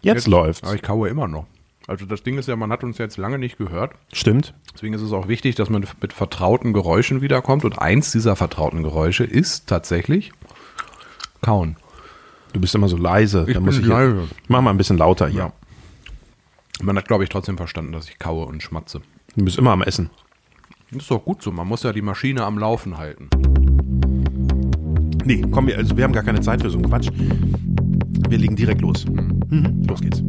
Jetzt, läuft's. Aber ich kaue immer noch. Also das Ding ist ja, man hat uns jetzt lange nicht gehört. Stimmt. Deswegen ist es auch wichtig, dass man mit vertrauten Geräuschen wiederkommt. Und eins dieser vertrauten Geräusche ist tatsächlich Kauen. Du bist immer so leise. Ich da muss bin ich hier- leise. Mach mal ein bisschen lauter hier. Ja. Man hat, glaube ich, trotzdem verstanden, dass ich kaue und schmatze. Du bist immer am Essen. Ist doch gut so. Man muss ja die Maschine am Laufen halten. Nee, komm, wir, also wir haben gar keine Zeit für so einen Quatsch. Wir legen direkt los. Mhm. Los geht's.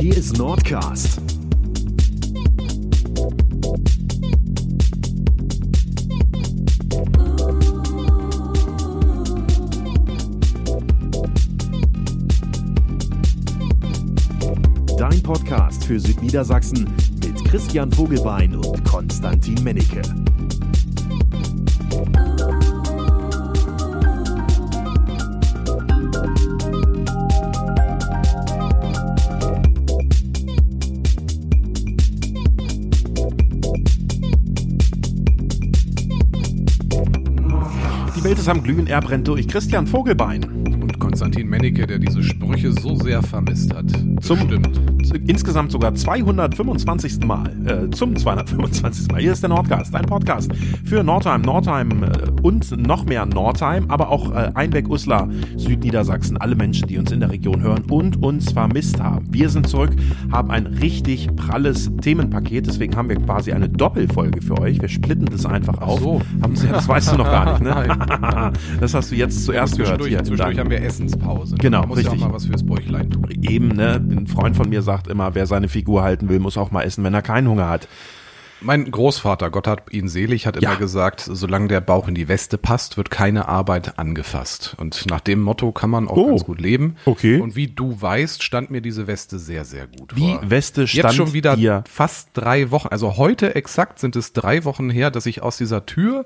Hier ist Nordcast. Dein Podcast für Südniedersachsen mit Christian Vogelbein und Konstantin Mennecke. Die Welt ist am Glühen, er brennt durch. Christian Vogelbein. Und Konstantin Mennecke, der diese Sprüche so sehr vermisst hat. Zum- Bestimmt. Z- Insgesamt sogar 225. Mal. Äh, zum 225. Mal. Hier ist der Nordcast, dein Podcast für Nordheim, Nordheim äh, und noch mehr Nordheim, aber auch äh, Einbeck, Uslar, Südniedersachsen. Alle Menschen, die uns in der Region hören und uns vermisst haben. Wir sind zurück, haben ein richtig pralles Themenpaket. Deswegen haben wir quasi eine Doppelfolge für euch. Wir splitten das einfach auf. so. Haben Sie, das weißt du noch gar nicht, ne? Nein. das hast du jetzt zuerst gehört. Zwischendurch, Hier in zwischendurch deinem- haben wir Essenspause. Genau, Man muss richtig. ja auch mal was fürs Bäuchlein tun. Eben, ne? Ein Freund von mir sagt immer, wer seine Figur halten will, muss auch mal essen, wenn er keinen Hunger hat. Mein Großvater, Gott hat ihn selig, hat immer Ja. gesagt, solange der Bauch in die Weste passt, wird keine Arbeit angefasst. Und nach dem Motto kann man auch Oh. ganz gut leben. Okay. Und wie du weißt, stand mir diese Weste sehr, sehr gut. Die vor. Weste stand Jetzt schon wieder dir- fast drei Wochen. Also heute exakt sind es drei Wochen her, dass ich aus dieser Tür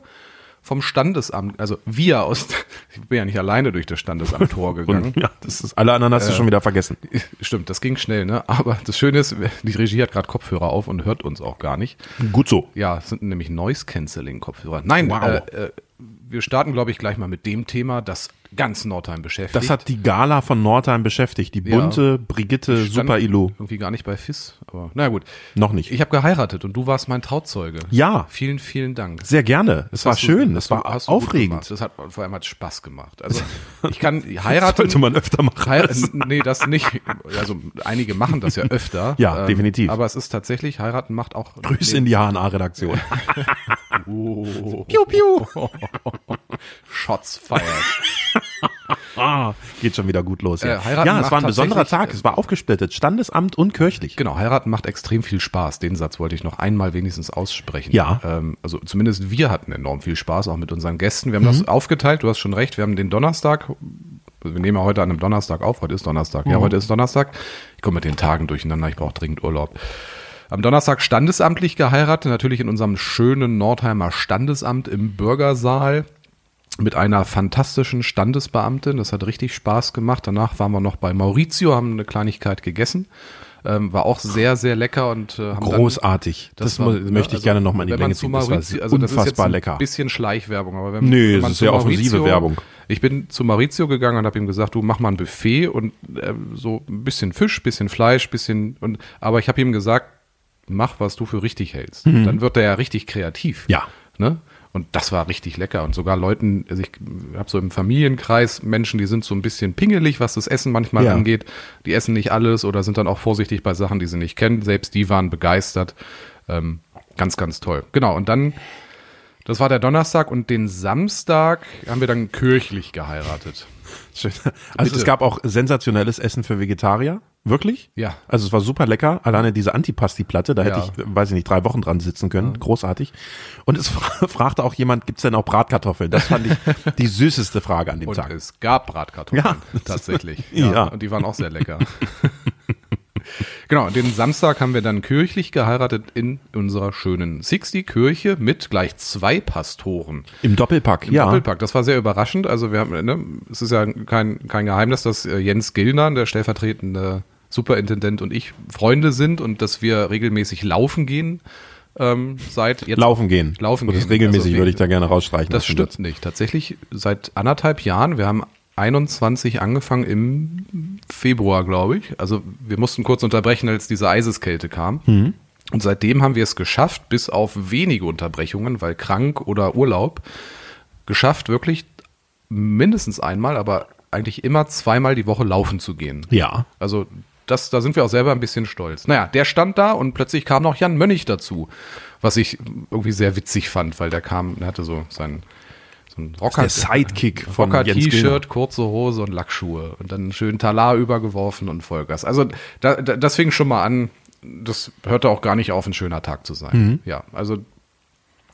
vom Standesamt, also wir aus, ich bin ja nicht alleine durch das Standesamt Tor gegangen. Und ja, das ist, alle anderen hast du schon wieder vergessen. Stimmt, das ging schnell, ne? Aber das Schöne ist, die Regie hat gerade Kopfhörer auf und hört uns auch gar nicht. Gut so. Ja, es sind nämlich Noise-Canceling-Kopfhörer. Nein, Wow. äh, äh, wir starten, glaube ich, gleich mal mit dem Thema, das ganz Nordheim beschäftigt. Das hat die Gala von Nordheim beschäftigt. Die Ja. bunte Brigitte Stand Super Ilu. Irgendwie gar nicht bei FIS, aber na gut. Noch nicht. Ich habe geheiratet und du warst mein Trauzeuge. Ja. Vielen, vielen Dank. Sehr gerne. Es war Hast du- schön. hast Es du- war hast du gut gemacht. aufregend. Das hat, vor allem hat Spaß gemacht. Also ich kann heiraten. Sollte man öfter machen. Heir nee, das nicht. Also einige machen das ja öfter. Ähm, Ja, definitiv. Aber es ist tatsächlich, heiraten macht auch. Grüße in die HNA-Redaktion. Piu, piu. Shots fired. Ah, geht schon wieder gut los. Ja, Äh, heiraten ja es macht war ein besonderer tatsächlich, Tag. Es war aufgesplittet. Standesamt und kirchlich. Genau, heiraten macht extrem viel Spaß. Den Satz wollte ich noch einmal wenigstens aussprechen. Ja. Ähm, also zumindest wir hatten enorm viel Spaß, auch mit unseren Gästen. Wir haben das aufgeteilt, du hast schon recht, wir haben den Donnerstag, also wir nehmen ja heute an einem Donnerstag auf, heute ist Donnerstag. Ja, heute ist Donnerstag. Ich komme mit den Tagen durcheinander, ich brauche dringend Urlaub. Am Donnerstag standesamtlich geheiratet, natürlich in unserem schönen Nordheimer Standesamt im Bürgersaal mit einer fantastischen Standesbeamtin. Das hat richtig Spaß gemacht. Danach waren wir noch bei Maurizio, haben eine Kleinigkeit gegessen. Ähm, war auch sehr, sehr lecker und äh, haben Großartig. Dann, Das, mu- möchte ich gerne nochmal in die also wenn man Länge zu ziehen. Das war Maurizio, also das ist jetzt unfassbar ein lecker. bisschen Schleichwerbung, aber wenn, Nee, wenn es man ist zu sehr offensive Werbung. Ich bin zu Maurizio gegangen und habe ihm gesagt, du mach mal ein Buffet und ähm, so ein bisschen Fisch, bisschen Fleisch, bisschen und aber ich habe ihm gesagt, mach was du für richtig hältst. Dann wird er ja richtig kreativ. Mhm. Ja. Ne? Und das war richtig lecker. Und sogar Leuten, also ich habe so im Familienkreis Menschen, die sind so ein bisschen pingelig, was das Essen manchmal Ja. angeht. Die essen nicht alles oder sind dann auch vorsichtig bei Sachen, die sie nicht kennen. Selbst die waren begeistert. Ähm, ganz, ganz toll. Genau. Und dann, das war der Donnerstag und den Samstag haben wir dann kirchlich geheiratet. Schön. Also Bitte. es gab auch sensationelles Essen für Vegetarier. Wirklich? Ja. Also es war super lecker. Alleine diese Antipasti-Platte, da hätte Ja. ich, weiß ich nicht, drei Wochen dran sitzen können. Großartig. Und es fra fragte auch jemand, gibt's denn auch Bratkartoffeln? Das fand ich die süßeste Frage an dem Und äh, Tag. es gab Bratkartoffeln, Ja. tatsächlich. Ja. Und die waren auch sehr lecker. genau, den Samstag haben wir dann kirchlich geheiratet in unserer schönen Sixty-Kirche mit gleich zwei Pastoren. Im Doppelpack, ja. Doppelpack, das war sehr überraschend. Also wir haben, ne, es ist ja kein, kein Geheimnis, dass äh, Jens Gillner, der stellvertretende Superintendent und ich Freunde sind und dass wir regelmäßig laufen gehen. Ähm, seit jetzt Laufen gehen. Laufen das gehen. Regelmäßig Also, würde ich da gerne rausstreichen. das aus dem Satz. stimmt nicht. Tatsächlich seit anderthalb Jahren, wir haben 21 angefangen im Februar, glaube ich. Also wir mussten kurz unterbrechen, als diese Eiseskälte kam. Mhm. Und seitdem haben wir es geschafft, bis auf wenige Unterbrechungen, weil krank oder Urlaub, geschafft, wirklich mindestens einmal, aber eigentlich immer zweimal die Woche laufen zu gehen. Ja. Also das, da sind wir auch selber ein bisschen stolz. Naja, der stand da und plötzlich kam noch Jan Mönnig dazu, was ich irgendwie sehr witzig fand, weil der kam, der hatte so sein so ein Rocker, Der Sidekick von Rocker Jens T-Shirt, kurze Hose und Lackschuhe und dann schön Talar übergeworfen und Vollgas. Also da, da, das fing schon mal an. Das hörte auch gar nicht auf, ein schöner Tag zu sein. Mhm. Ja, also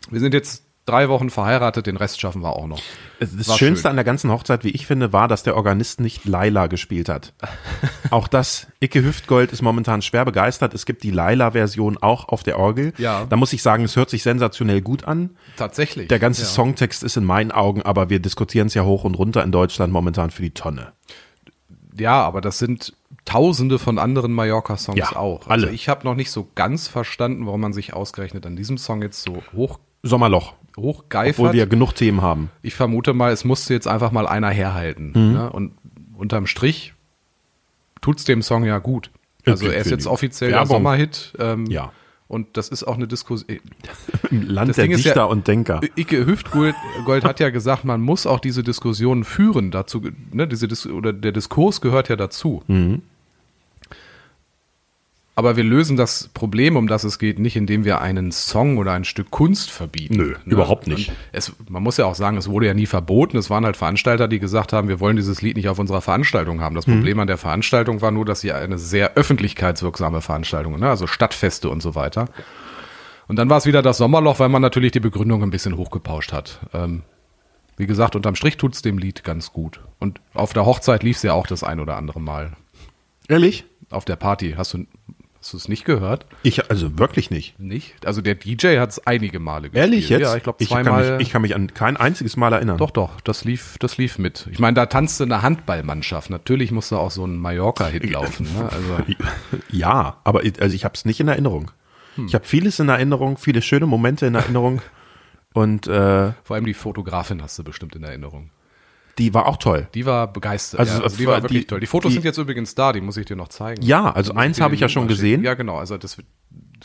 wir sind jetzt drei Wochen verheiratet, den Rest schaffen wir auch noch. Das War Schönste schön. an der ganzen Hochzeit, wie ich finde, war, dass der Organist nicht Laila gespielt hat. auch das, Icke Hüftgold ist momentan schwer begeistert. Es gibt die Laila-Version auch auf der Orgel. Ja. Da muss ich sagen, es hört sich sensationell gut an. Tatsächlich. Der ganze Ja. Songtext ist in meinen Augen, aber wir diskutieren es ja hoch und runter in Deutschland momentan für die Tonne. Ja, aber das sind tausende von anderen Mallorca-Songs Ja, auch. alle. Also ich habe noch nicht so ganz verstanden, warum man sich ausgerechnet an diesem Song jetzt so hoch, Sommerloch, hochgeifert. obwohl wir genug Themen haben. ich vermute mal, es musste jetzt einfach mal einer herhalten. Mhm. Ne? Und unterm Strich tut's dem Song ja gut. Also Okay, er ist für jetzt die offiziell der Werbung. Sommerhit. Ähm, Ja. Und das ist auch eine Diskussion. Im Land Das der Ding ist Dichter ja- und Denker. Icke Hüftgold Gold hat ja gesagt, man muss auch diese Diskussionen führen. Dazu, ge- ne, diese Dis oder der Diskurs gehört ja dazu. Aber wir lösen das Problem, um das es geht, nicht, indem wir einen Song oder ein Stück Kunst verbieten. Ne? Nö, überhaupt nicht. Und Es, man muss ja auch sagen, es wurde ja nie verboten. Es waren halt Veranstalter, die gesagt haben, wir wollen dieses Lied nicht auf unserer Veranstaltung haben. Das Hm. Problem an der Veranstaltung war nur, dass sie eine sehr öffentlichkeitswirksame Veranstaltung, ne, also Stadtfeste und so weiter. Und dann war es wieder das Sommerloch, weil man natürlich die Begründung ein bisschen hochgepauscht hat. Ähm, wie gesagt, unterm Strich tut's dem Lied ganz gut. Und auf der Hochzeit lief's ja auch das ein oder andere Mal. Ehrlich? Auf der Party. Hast du hast du's nicht gehört? Ich, also wirklich nicht. Nicht? Also der DJ hat's einige Male gespielt. Ehrlich jetzt? Ja, ich glaube ich kann, zweimal. mich, ich kann mich an kein einziges Mal erinnern. doch, doch, das lief, das lief mit. Ich meine, da tanzte eine Handballmannschaft. Natürlich musste auch so ein Mallorca-Hit laufen. Ne? Also, Ja, aber ich, also ich habe es nicht in Erinnerung. Ich habe vieles in Erinnerung, viele schöne Momente in Erinnerung. Und äh, vor allem die Fotografin hast du bestimmt in Erinnerung. die war auch toll. Die war begeistert. Also, ja. das die war war wirklich die- toll. Die Fotos die- sind jetzt übrigens da, die muss ich dir noch zeigen. Ja, also Muss eins dir habe den ich ja Link schon mal schicken. gesehen. Ja, genau. Also das wird-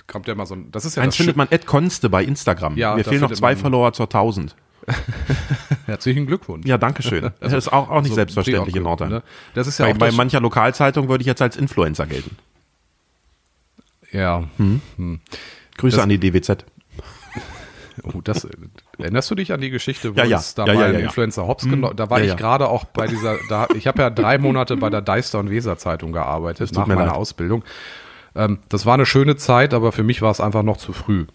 kommt ja mal so ein. Das ist ja Eins das findet man Ed Konste bei Instagram. Ja, Mir da fehlen noch findet zwei man- Follower zur 1000. Schöne- Herzlichen Glückwunsch. Ja, danke schön. das ist auch, auch nicht Also So, selbstverständlich Triangel, in Nordrhein. ne? Das ist ja Bei, auch bei das- mancher Lokalzeitung würde ich jetzt als Influencer gelten. Ja. Hm. Grüße Das- an die DWZ. Oh, das, erinnerst du dich an die Geschichte, wo Ja, ja. es da Ja, mal ja, ein ja, ja. Influencer Hops genommen Da war Ja, ich ja. gerade auch bei dieser, da, ich habe ja drei Monate bei der Deister und Weser Zeitung gearbeitet, tut nach mir meiner leid. Ausbildung. Ähm, das war eine schöne Zeit, aber für mich war es einfach noch zu früh.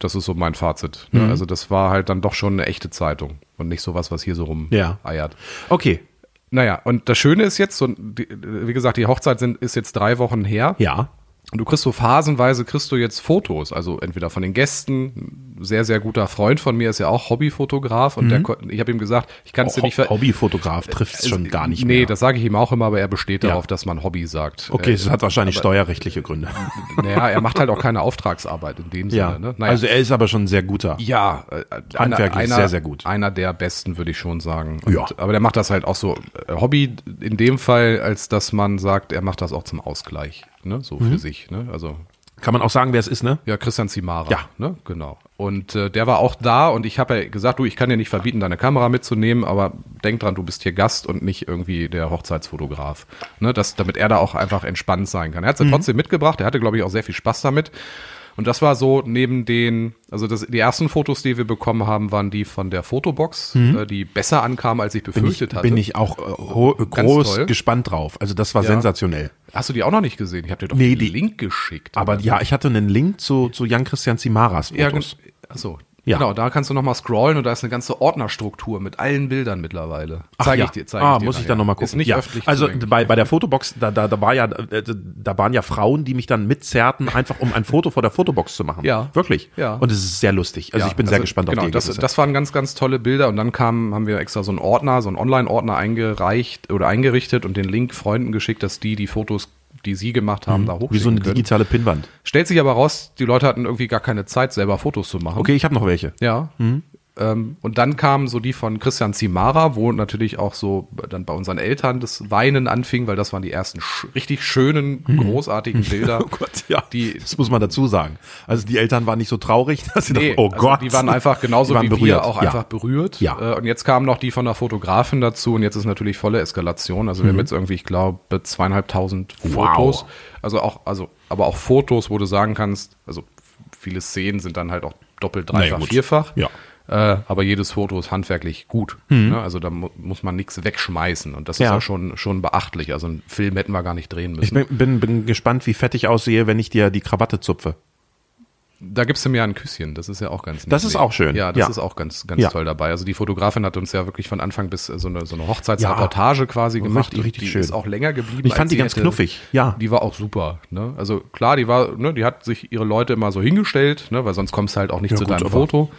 Das ist so mein Fazit. Mhm. Ne? Also das war halt dann doch schon eine echte Zeitung und nicht sowas, was hier so Ja. rumeiert. Okay. Naja, und das Schöne ist jetzt, so, die, wie gesagt, die Hochzeit sind, ist jetzt drei Wochen her. Ja. Und du kriegst so phasenweise, kriegst du jetzt Fotos, also entweder von den Gästen, ein sehr, sehr guter Freund von mir ist ja auch Hobbyfotograf und der, Mhm. ko- ich habe ihm gesagt, ich kann es dir nicht ver- Hobbyfotograf trifft es schon gar nicht Nee, mehr. das sage ich ihm auch immer, aber er besteht Ja. darauf, dass man Hobby sagt. okay, Äh, es hat wahrscheinlich steuerrechtliche Gründe. naja, er macht halt auch keine Auftragsarbeit in dem Sinne. Ja. Ne? Also er ist aber schon ein sehr guter. Ja, äh, Handwerklich sehr, sehr gut. Einer der besten, würde ich schon sagen. Ja. Aber der macht das halt auch so äh, Hobby in dem Fall, als dass man sagt, er macht das auch zum Ausgleich, ne? so Mhm. für sich. Ne? Also Kann man auch sagen, wer es ist, ne? ja, Christian Zimara. Ja. Ne? Genau. Und äh, der war auch da und ich habe ja gesagt, du, ich kann dir nicht verbieten, deine Kamera mitzunehmen, aber denk dran, du bist hier Gast und nicht irgendwie der Hochzeitsfotograf. Ne? Das, damit er da auch einfach entspannt sein kann. Er hat Mhm. sie trotzdem mitgebracht, er hatte, glaube ich, auch sehr viel Spaß damit. Und das war so neben den, also das, die ersten Fotos, die wir bekommen haben, waren die von der Fotobox, äh, die besser ankamen, als ich Mhm. bin ich, befürchtet hatte. bin ich auch äh, ho- groß toll. gespannt drauf. Also das war Ja. sensationell. Hast du die auch noch nicht gesehen? Ich habe dir doch Nee, den die- Link geschickt. Aber ja, ich hatte einen Link zu, zu Jan-Christian Zimaras Ja, Fotos. gen- achso. Ja. Genau, da kannst du nochmal scrollen und da ist eine ganze Ordnerstruktur mit allen Bildern mittlerweile. Ach Zeig ja. ich dir, zeig ah, ich dir. muss ich nachher. dann nochmal gucken. Ist nicht ja. öffentlich Also zugänglich. bei, bei der Fotobox, da, da, da, war ja, äh, da waren ja Frauen, die mich dann mitzerrten, einfach um ein Foto vor der Fotobox zu machen. Ja. Wirklich. Ja. Und es ist sehr lustig. Also Ja, ich bin sehr gespannt genau, auf die das, Ergebnisse. das waren ganz, ganz tolle Bilder und dann kam, haben wir extra so einen Ordner, so einen Online-Ordner eingereicht oder eingerichtet und den Link Freunden geschickt, dass die die Fotos, die sie gemacht haben, da hochschicken Mhm. Wie so eine können. digitale Pinnwand. Stellt sich aber raus, die Leute hatten irgendwie gar keine Zeit, selber Fotos zu machen. Okay, ich habe noch welche. Ja. Ähm, und dann kamen so die von Christian Zimara, wo natürlich auch so dann bei unseren Eltern das Weinen anfing, weil das waren die ersten sch richtig schönen, großartigen Bilder. Mhm. Oh Gott, ja. Die- das muss man dazu sagen. Also die Eltern waren nicht so traurig, dass sie dachten, oh also Gott. Die waren einfach Die genauso waren wie berührt, wir auch ja. einfach berührt. Ja. Äh, Und jetzt kamen noch die von der Fotografin dazu und jetzt ist natürlich volle Eskalation. Also wir haben jetzt irgendwie, ich glaube, zweieinhalbtausend Mhm. Wow. Fotos. Also auch, also, aber auch Fotos, wo du sagen kannst, also viele Szenen sind dann halt auch doppelt, Naja, dreifach, gut. vierfach. Ja. Mhm. Äh, aber jedes Foto ist handwerklich gut. Ne? Also da mu muss man nichts wegschmeißen und das ist Ja. ja schon, schon beachtlich. Also einen Film hätten wir gar nicht drehen müssen. Ich bin, bin, bin gespannt, wie fett ich aussehe, wenn ich dir die Krawatte zupfe. Da gibst du mir ja ein Küsschen, das ist ja auch ganz Das ist auch schön. Ja, das Ja. ist auch ganz, ganz Ja. toll dabei. Also die Fotografin hat uns ja wirklich von Anfang bis äh, so eine, so eine Hochzeitsreportage quasi gemacht. Oh, richtig die schön. ist auch länger geblieben. Ich fand als die sie ganz hätte- knuffig, ja. Die war auch super. Ne? Also klar, die war, ne, die hat sich ihre Leute immer so hingestellt, ne, weil sonst kommst du halt auch nicht Ja, zu gut, deinem aber- Foto.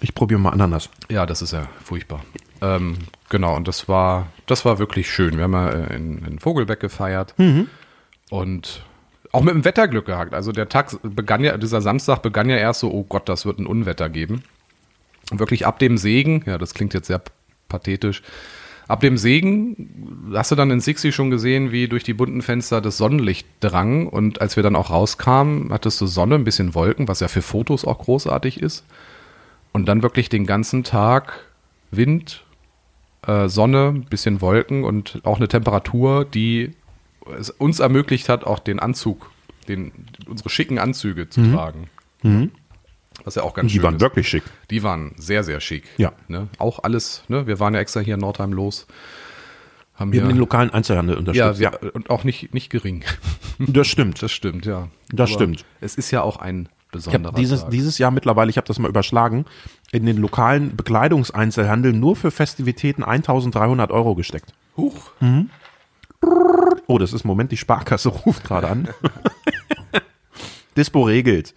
Ich probiere mal Ananas. Ja, das ist ja furchtbar. Ähm, genau, und das war, das war wirklich schön. Wir haben ja äh, in, in Vogelbeck gefeiert und auch mit dem Wetter Glück gehabt. Also der Tag begann ja, dieser Samstag begann ja erst so, oh Gott, das wird ein Unwetter geben. Und wirklich ab dem Segen, ja, das klingt jetzt sehr pathetisch, ab dem Segen hast du dann in Sixi schon gesehen, wie durch die bunten Fenster das Sonnenlicht drang. Und als wir dann auch rauskamen, hattest du Sonne, ein bisschen Wolken, was ja für Fotos auch großartig ist. Und dann wirklich den ganzen Tag Wind, äh, Sonne, ein bisschen Wolken und auch eine Temperatur, die es uns ermöglicht hat, auch den Anzug, den, unsere schicken Anzüge zu tragen. Was ja auch ganz Die schön waren ist. wirklich schick. Die waren sehr, sehr schick. Ja. Ne? Auch alles, ne? wir waren ja extra hier in Nordheim los. Haben Wir haben den hier, lokalen Einzelhandel ja, unterstützt. wir, und auch nicht, nicht gering. das stimmt. Das stimmt, ja. Das stimmt. Es ist ja auch ein Ich besonderer hab dieses, Tag. dieses Jahr mittlerweile, ich habe das mal überschlagen, in den lokalen Bekleidungseinzelhandel nur für Festivitäten 1300 Euro gesteckt. Huch. Oh, das ist Moment, die Sparkasse ruft gerade an. Dispo regelt.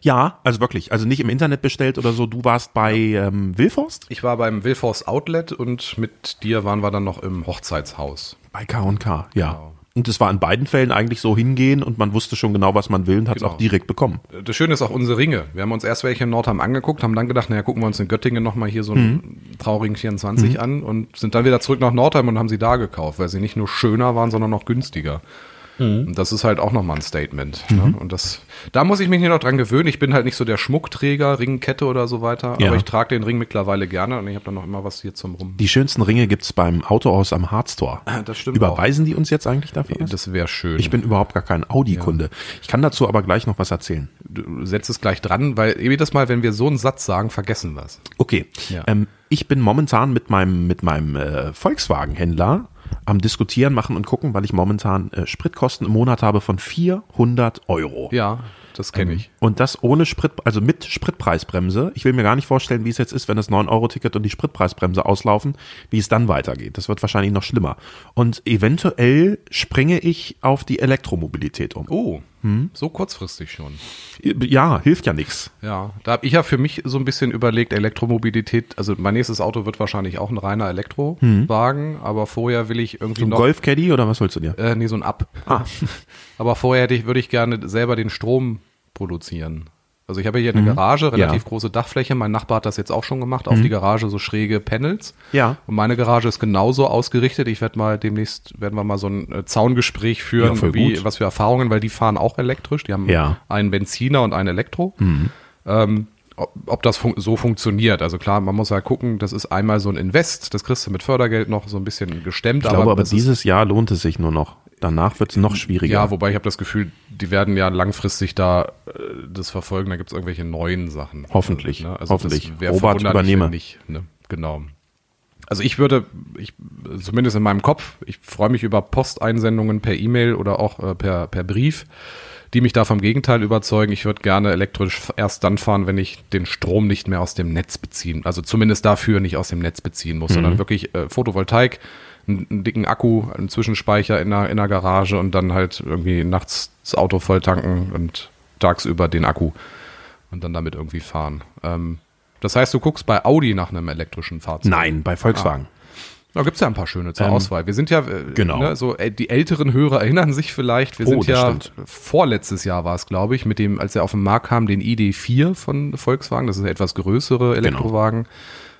Ja, also wirklich, also nicht im Internet bestellt oder so. Du warst bei ähm, Wilforst? Ich war beim Wilforce Outlet und mit dir waren wir dann noch im Hochzeitshaus. Bei K&K, ja. Genau. Und es war in beiden Fällen eigentlich so hingehen und man wusste schon genau, was man will und hat es Genau. auch direkt bekommen. Das Schöne ist auch unsere Ringe. Wir haben uns erst welche in Nordheim angeguckt, haben dann gedacht, naja, gucken wir uns in Göttingen nochmal hier so einen Mhm. traurigen 24 an und sind dann wieder zurück nach Nordheim und haben sie da gekauft, weil sie nicht nur schöner waren, sondern auch günstiger. Mhm. Und das ist halt auch nochmal ein Statement. Ne? Und das, da muss ich mich nicht noch dran gewöhnen. Ich bin halt nicht so der Schmuckträger, Ringkette oder so weiter, Ja. aber ich trage den Ring mittlerweile gerne und ich habe dann noch immer was hier zum Rum. Die schönsten Ringe gibt's beim Autohaus am Harztor. Ah, Das stimmt Überweisen die uns jetzt eigentlich dafür? was? Das wäre schön. Ich bin überhaupt gar kein Audi-Kunde. Ich kann dazu aber gleich noch was erzählen. Du setzt es gleich dran, weil jedes Mal, wenn wir so einen Satz sagen, vergessen wir es. Okay. Ja. Ähm, ich bin momentan mit meinem, mit meinem äh, Volkswagen-Händler am Diskutieren, Machen und Gucken, weil ich momentan äh, Spritkosten im Monat habe von 400 Euro. Ja, das kenne ich. Und das ohne Sprit, also mit Spritpreisbremse. Ich will mir gar nicht vorstellen, wie es jetzt ist, wenn das 9-Euro-Ticket und die Spritpreisbremse auslaufen, wie es dann weitergeht. Das wird wahrscheinlich noch schlimmer. Und eventuell springe ich auf die Elektromobilität um. Oh, so kurzfristig schon. Ja, hilft ja nichts. Ja, da habe ich ja für mich so ein bisschen überlegt, Elektromobilität, also mein nächstes Auto wird wahrscheinlich auch ein reiner Elektrowagen, aber vorher will ich irgendwie Ein noch... Golf-Caddy oder was holst du dir? Ah, Äh, nee, so ein Ab. aber vorher hätte ich, würde ich gerne selber den Strom produzieren. Also ich habe hier eine Garage, relativ Mhm. Ja. Mhm. große Dachfläche. Mein Nachbar hat das jetzt auch schon gemacht, auf die Garage so schräge Panels. Ja. Und meine Garage ist genauso ausgerichtet. Ich werde mal demnächst, werden wir mal so ein äh, Zaungespräch Ja, führen, voll wie, gut. was für Erfahrungen, weil die fahren auch elektrisch. Die haben Ja. Mhm. einen Benziner und einen Elektro. Ähm, ob, ob das fun so funktioniert. Also klar, man muss ja gucken, das ist einmal so ein Invest, das kriegst du mit Fördergeld noch so ein bisschen gestemmt. Ich glaube aber, das ist- dieses Jahr lohnt es sich nur noch. Danach wird es noch schwieriger. ja, wobei ich habe das Gefühl, die werden ja langfristig da äh, das verfolgen. Da gibt's irgendwelche neuen Sachen. Hoffentlich, Also, ne? hoffentlich. das wär Robert, verwunderlich, übernehme. wenn Nicht, ne? Genau. Also ich würde, ich, zumindest in meinem Kopf, ich freue mich über Posteinsendungen per E-Mail oder auch äh, per, per Brief, die mich da vom Gegenteil überzeugen. Ich würde gerne elektrisch erst dann fahren, wenn ich den Strom nicht mehr aus dem Netz beziehen, also zumindest dafür nicht aus dem Netz beziehen muss, Mhm. sondern wirklich äh, Photovoltaik, einen, einen dicken Akku, einen Zwischenspeicher in der, in der Garage und dann halt irgendwie nachts das Auto voll tanken und tagsüber den Akku und dann damit irgendwie fahren. Ähm, das heißt, du guckst bei Audi nach einem elektrischen Fahrzeug. Nein, bei Volkswagen. Da gibt es ja ein paar schöne zur Ähm, Auswahl. Wir sind ja, äh, genau. ne, so äh, die älteren Hörer erinnern sich vielleicht, wir Oh, sind das ja, stimmt. vorletztes Jahr war es, glaube ich, mit dem, als er auf den Markt kam, den ID4 von Volkswagen, das ist der etwas Genau. größere Elektrowagen,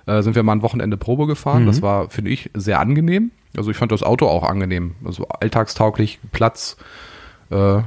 äh, sind wir mal ein Wochenende Probe gefahren. Mhm. Das war, finde ich, sehr angenehm. Also ich fand das Auto auch angenehm, also alltagstauglich, Platz. Äh,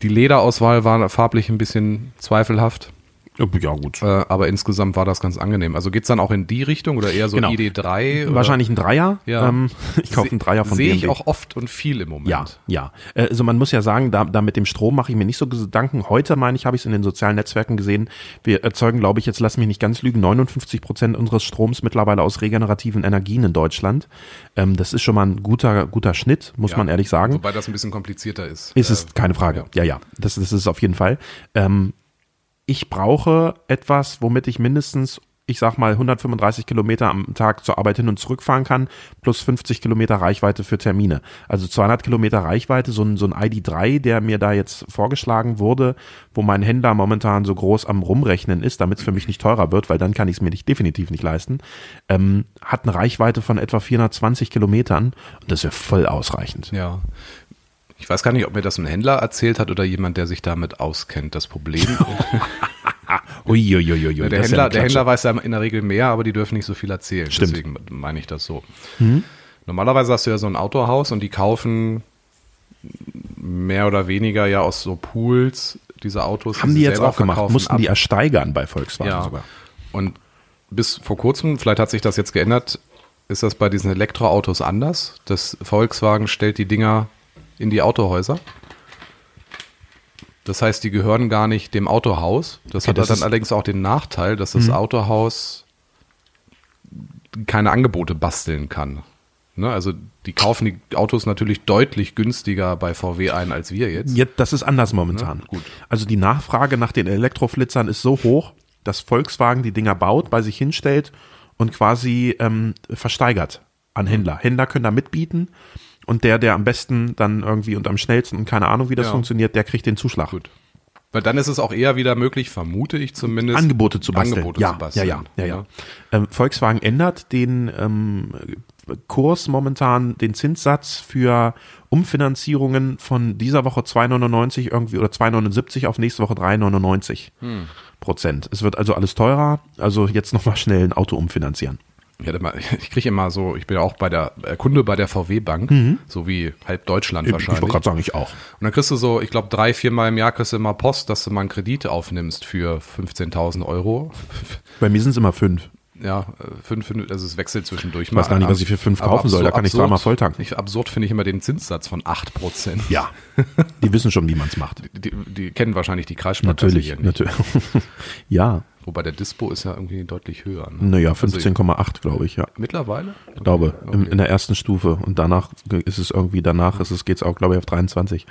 die Lederauswahl war farblich ein bisschen zweifelhaft. Ja, gut. Äh, aber insgesamt war das ganz angenehm. Also geht's dann auch in die Richtung oder eher so Genau. ID3? oder? Wahrscheinlich ein Dreier. Äh, Ja. Ähm, ich kaufe einen Dreier von Sehe BMW. ich auch oft und viel im Moment. Ja, ja. Äh, Also man muss ja sagen, da, da mit dem Strom mache ich mir nicht so Gedanken. Heute, meine ich, habe ich es in den sozialen Netzwerken gesehen. Wir erzeugen, glaube ich, jetzt lass mich nicht ganz lügen, 59 Prozent unseres Stroms mittlerweile aus regenerativen Energien in Deutschland. Ähm, das ist schon mal ein guter, guter Schnitt, muss Ja. man ehrlich sagen. Wobei das ein bisschen komplizierter ist. Äh, Ist es, keine Frage. Ja, ja, Das, das ist es auf jeden Fall. Ähm, ich brauche etwas, womit ich mindestens, ich sag mal, 135 Kilometer am Tag zur Arbeit hin und zurück fahren kann, plus 50 Kilometer Reichweite für Termine. Also 200 Kilometer Reichweite, so ein, so ein ID3, der mir da jetzt vorgeschlagen wurde, wo mein Händler momentan so groß am Rumrechnen ist, damit es für mich nicht teurer wird, weil dann kann ich es mir nicht, definitiv nicht leisten, ähm, hat eine Reichweite von etwa 420 Kilometern und das wäre voll ausreichend. Ja. Ich weiß gar nicht, ob mir das ein Händler erzählt hat oder jemand, der sich damit auskennt. Das Problem, Uiuiuiui. der, Oh, das ist ja Händler, eine der Klatsche. Händler weiß ja in der Regel mehr, aber die dürfen nicht so viel erzählen. Stimmt. Hm? Deswegen meine ich das so. Normalerweise hast du ja so ein Outdoor-Haus und die kaufen mehr oder weniger ja aus so Pools diese Autos. Haben sie die jetzt selber auch gemacht, verkaufen, mussten ab. die ersteigern bei Volkswagen Ja. sogar. Und bis vor kurzem, vielleicht hat sich das jetzt geändert, ist das bei diesen Elektroautos anders. Das Volkswagen stellt die Dinger in die Autohäuser. Das heißt, die gehören gar nicht dem Autohaus. Das Okay, hat das dann ist- Mhm. allerdings auch den Nachteil, dass das Autohaus keine Angebote basteln kann. Ne? Also die kaufen die Autos natürlich deutlich günstiger bei VW ein als wir jetzt. Jetzt, das ist anders momentan. Ne? Gut. Also die Nachfrage nach den Elektroflitzern ist so hoch, dass Volkswagen die Dinger baut, bei sich hinstellt und quasi ähm, versteigert an Händler. Händler können da mitbieten und der, der am besten dann irgendwie und am schnellsten und keine Ahnung, wie das Ja. funktioniert, der kriegt den Zuschlag. Gut. Weil dann ist es auch eher wieder möglich, vermute ich zumindest. Angebote zu basteln. Angebote ja, zu basteln. ne? ja, ja, ja, ja. Ähm, Volkswagen ändert den ähm, Kurs momentan, den Zinssatz für Umfinanzierungen von dieser Woche 2,99 irgendwie oder 2,79 auf nächste Woche 3,99 Hm. Prozent. Es wird also alles teurer. Also jetzt nochmal schnell ein Auto umfinanzieren. Ich, hatte immer- ich kriege immer so, ich bin ja auch bei der äh, Kunde bei der VW Bank, so wie halb Deutschland wahrscheinlich. wollte Und gerade sagen, Mhm. ich auch. dann kriegst du so, ich glaube, drei, viermal im Jahr kriegst du immer Post, dass du mal einen Kredit aufnimmst für 15.000 Euro. Bei mir sind es immer fünf. Ja, äh, fünf, fünf, also es wechselt zwischendurch weiß gar nicht, was ich für fünf kaufen soll, da kann ich dreimal volltanken. Ich, absurd finde ich immer den Zinssatz von 8%. Ja. Die wissen schon, wie man es macht. Die, die kennen wahrscheinlich die Kreissparkasse Natürlich, hier nicht. natürlich. ja, Wobei der Dispo ist ja irgendwie deutlich höher. Ne? naja, Also ich- 15,8 glaube ich, ja. Mittlerweile? Ich glaube, im, in der ersten Stufe. Und danach ist es irgendwie, danach ist es, geht's auch, glaube ich, auf 23.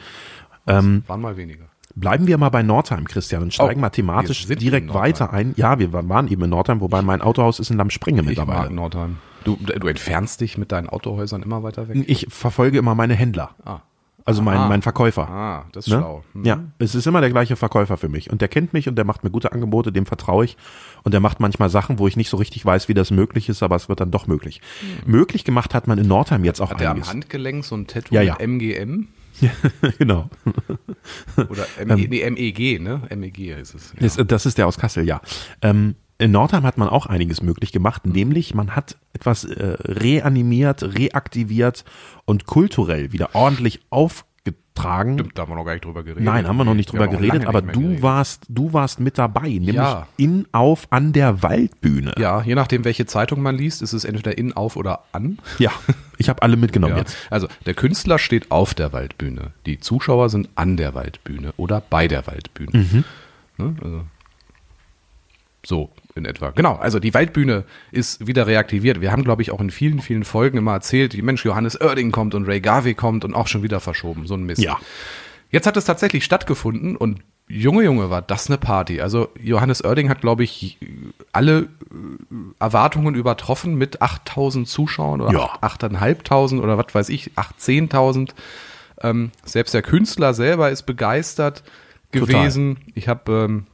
Waren mal weniger. Bleiben wir mal bei Nordheim, Christian, und steigen Oh, mathematisch wir sind in direkt Nordheim. weiter ein. Ja, wir wa- waren eben in Nordheim, wobei mein Autohaus ist in Lammspringe Ich mag mittlerweile. Nordheim. Du, du entfernst dich mit deinen Autohäusern immer weiter weg? Ich verfolge immer meine Händler. Ah, Also mein, Ah. mein Verkäufer. ah das ist Ne? schlau. Hm. Ja, es ist immer der gleiche Verkäufer für mich. Und der kennt mich und der macht mir gute Angebote, dem vertraue ich. Und der macht manchmal Sachen, wo ich nicht so richtig weiß, wie das möglich ist, aber es wird dann doch möglich. Möglich gemacht hat man in Nordheim jetzt auch Mhm. Hat der am einiges. Handgelenk so ein Tattoo Ja, ja. mit MGM? genau. Oder M Ähm. nee, MEG, ne? MEG ist es. Ja. Das, das ist der aus Kassel, ja. Ähm, in Nordheim hat man auch einiges möglich gemacht, Mhm. nämlich man hat etwas äh, reanimiert, reaktiviert und kulturell wieder ordentlich aufgetragen. Stimmt, da haben wir noch gar nicht drüber geredet. Nein, haben wir noch nicht drüber haben auch lange geredet, nicht aber mehr du geredet. warst, du warst mit dabei, nämlich Ja. in auf an der Waldbühne. Ja, je nachdem, welche Zeitung man liest, ist es entweder in, auf oder an. Ja, ich habe alle mitgenommen Ja. jetzt. Also, der Künstler steht auf der Waldbühne. Die Zuschauer sind an der Waldbühne oder bei der Waldbühne. Ne? Also, so in etwa. Genau, also die Waldbühne ist wieder reaktiviert. Wir haben, glaube ich, auch in vielen, vielen Folgen immer erzählt, die Mensch Johannes Oerding kommt und Ray Garvey kommt und auch schon wieder verschoben. So ein Mist. Ja. Jetzt hat es tatsächlich stattgefunden und Junge, Junge, war das eine Party. Also Johannes Oerding hat, glaube ich, alle äh, Erwartungen übertroffen mit 8000 Zuschauern oder Ja. ja. 8.500 oder was weiß ich, 8 10.000. Ähm, selbst der Künstler selber ist begeistert gewesen. Ich habe ähm,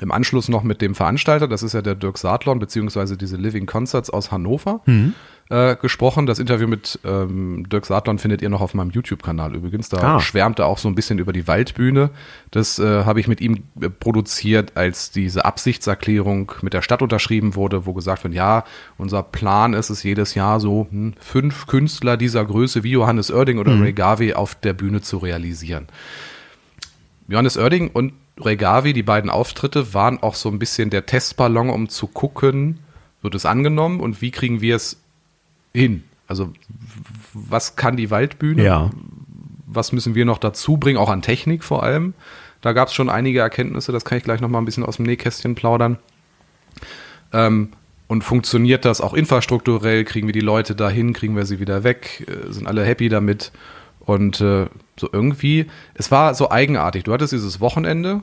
im Anschluss noch mit dem Veranstalter, das ist ja der Dirk Saatlon, beziehungsweise diese Living Concerts aus Hannover, äh, gesprochen. Das Interview mit ähm, Dirk Saatlon findet ihr noch auf meinem YouTube-Kanal übrigens. Da Ah. schwärmt er auch so ein bisschen über die Waldbühne. Das äh, habe ich mit ihm äh, produziert, als diese Absichtserklärung mit der Stadt unterschrieben wurde, wo gesagt wird, ja, unser Plan ist es jedes Jahr so, hm, fünf Künstler dieser Größe wie Johannes Oerding oder Ray Garvey auf der Bühne zu realisieren. Johannes Oerding und Regavi, die beiden Auftritte, waren auch so ein bisschen der Testballon, um zu gucken, wird es angenommen und wie kriegen wir es hin? Also, w- was kann die Waldbühne? Ja. Was müssen wir noch dazu bringen, auch an Technik vor allem? Da gab es schon einige Erkenntnisse, das kann ich gleich noch mal ein bisschen aus dem Nähkästchen plaudern. Ähm, und funktioniert das auch infrastrukturell? Kriegen wir die Leute dahin? Kriegen wir sie wieder weg? Äh, sind alle happy damit? Und äh, so irgendwie, es war so eigenartig. Du hattest dieses Wochenende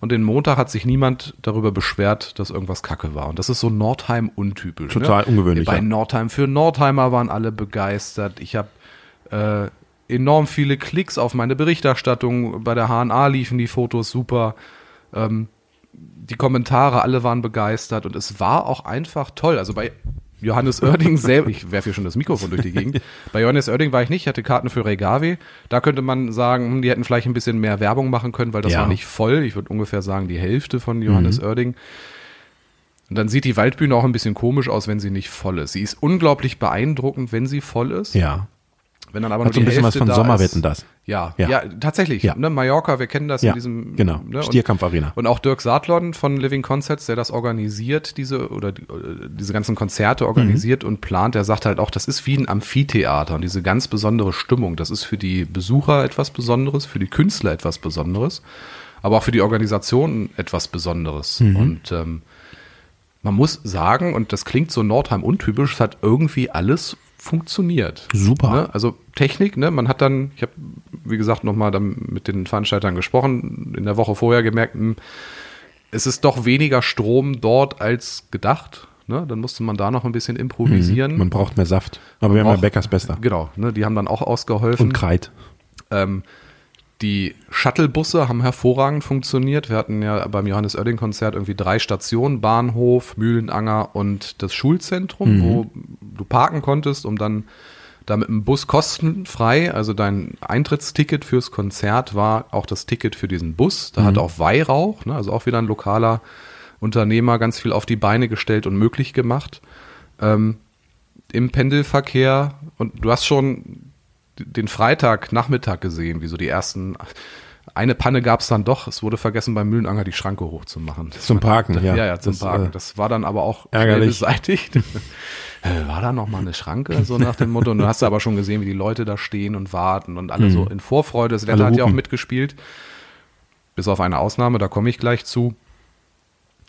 und den Montag hat sich niemand darüber beschwert, dass irgendwas kacke war. Und das ist so Nordheim untypisch. Total ne? ungewöhnlich, Bei ja. Nordheim für Nordheimer waren alle begeistert. Ich habe äh, enorm viele Klicks auf meine Berichterstattung. Bei der HNA liefen die Fotos super Ähm, die Kommentare, alle waren begeistert und es war auch einfach toll. Also bei Johannes Oerding selber, ich werfe hier schon das Mikrofon durch die Gegend. Bei Johannes Oerding war ich nicht, ich hatte Karten für Regavi. Da könnte man sagen, hm, die hätten vielleicht ein bisschen mehr Werbung machen können, weil das Ja. war nicht voll. Ich würde ungefähr sagen, die Hälfte von Johannes Oerding. Und dann sieht die Waldbühne auch ein bisschen komisch aus, wenn sie nicht voll ist. Sie ist unglaublich beeindruckend, wenn sie voll ist. Ja. Wenn dann aber Hat nur so die ein bisschen was Hälfte von da Sommerwetten ist. das. Ja, Ja. ja, tatsächlich. Ja. Ne, Mallorca, wir kennen das Ja, in diesem ne, genau. und- Stierkampfarena. Und auch Dirk Saatlon von Living Concerts, der das organisiert, diese oder die, äh, diese ganzen Konzerte Mhm. organisiert und plant, der sagt halt auch, das ist wie ein Amphitheater und diese ganz besondere Stimmung, das ist für die Besucher etwas Besonderes, für die Künstler etwas Besonderes, aber auch für die Organisation etwas Besonderes. Mhm. Und ähm, man muss sagen, und das klingt so Nordheim untypisch, es hat irgendwie alles funktioniert. Super. Ne? Also Technik, ne? Man hat dann, ich habe, wie gesagt, nochmal dann mit den Veranstaltern gesprochen, in der Woche vorher gemerkt, hm, es ist doch weniger Strom dort als gedacht. Ne? Dann musste man da noch ein bisschen improvisieren. Mhm. Man braucht mehr Saft. Aber wir haben ja Auch- Bäckers Bester. Genau, ne? die haben dann auch ausgeholfen. Und Kreit. Ähm, die Shuttlebusse haben hervorragend funktioniert. Wir hatten ja beim Johannes Oerding Konzert irgendwie drei Stationen, Bahnhof, Mühlenanger und das Schulzentrum, wo du parken konntest, um dann da mit dem Bus kostenfrei, also dein Eintrittsticket fürs Konzert war auch das Ticket für diesen Bus. Da hat auch Weihrauch, ne, also auch wieder ein lokaler Unternehmer ganz viel auf die Beine gestellt und möglich gemacht. Ähm, Im Pendelverkehr und du hast schon den Freitagnachmittag gesehen, wie so die ersten. Eine Panne gab es dann doch. Es wurde vergessen, beim Mühlenanger die Schranke hochzumachen. Das Zum Parken, ja. ja, ja, zum Das, äh, Parken. Das war dann aber auch ärgerlich. schnell beseitigt. Äh, war da noch mal eine Schranke, so nach dem Motto. Und du hast aber schon gesehen, wie die Leute da stehen und warten und alle so in Vorfreude. Das Hm. Alle Wetter hat ja auch hupen. mitgespielt. Bis auf eine Ausnahme, da komme ich gleich zu.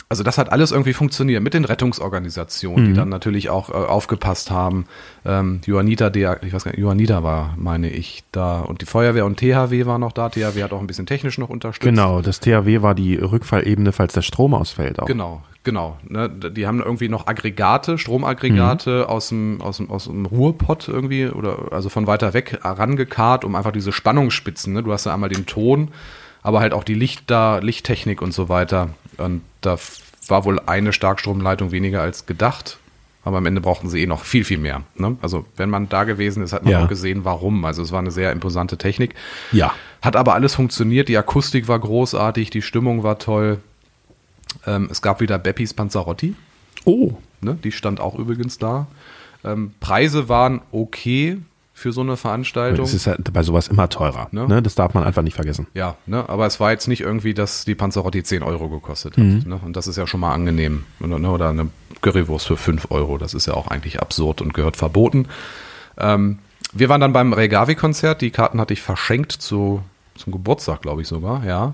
Also das hat alles irgendwie funktioniert mit den Rettungsorganisationen, die dann natürlich auch äh, aufgepasst haben. Ähm, Johannita, der, ich weiß gar nicht, Johannita war, meine ich, da und die Feuerwehr und THW war noch da. THW hat auch ein bisschen technisch noch unterstützt. Genau, das THW war die Rückfallebene, falls der Strom ausfällt. Auch. Genau, genau. Ne? d- Die haben irgendwie noch Aggregate, Stromaggregate aus, dem, aus, dem, aus dem Ruhrpott irgendwie oder also von weiter weg herangekarrt, um einfach diese Spannungsspitzen. Ne? Du hast ja einmal den Ton, aber halt auch die Lichter, Lichttechnik und so weiter. Und da f- war wohl eine Starkstromleitung weniger als gedacht. Aber am Ende brauchten sie eh noch viel, viel mehr. Ne? Also wenn man da gewesen ist, hat man Ja. auch gesehen, warum. Also es war eine sehr imposante Technik. Ja. Hat aber alles funktioniert. Die Akustik war großartig, die Stimmung war toll. Ähm, es gab wieder Beppis Panzerotti. Oh, Ne? Die stand auch übrigens da. Ähm, Preise waren okay für so eine Veranstaltung. es ist halt bei sowas immer teurer. Ne? Ne? Das darf man einfach nicht vergessen. Ja, ne? aber es war jetzt nicht irgendwie, dass die Panzerotti 10 Euro gekostet hat. Ne? Und das ist ja schon mal angenehm. Oder, ne? Oder eine Currywurst für 5 Euro. Das ist ja auch eigentlich absurd und gehört verboten. Ähm, wir waren dann beim Regavi-Konzert. Die Karten hatte ich verschenkt zu, zum Geburtstag, glaube ich sogar, ja.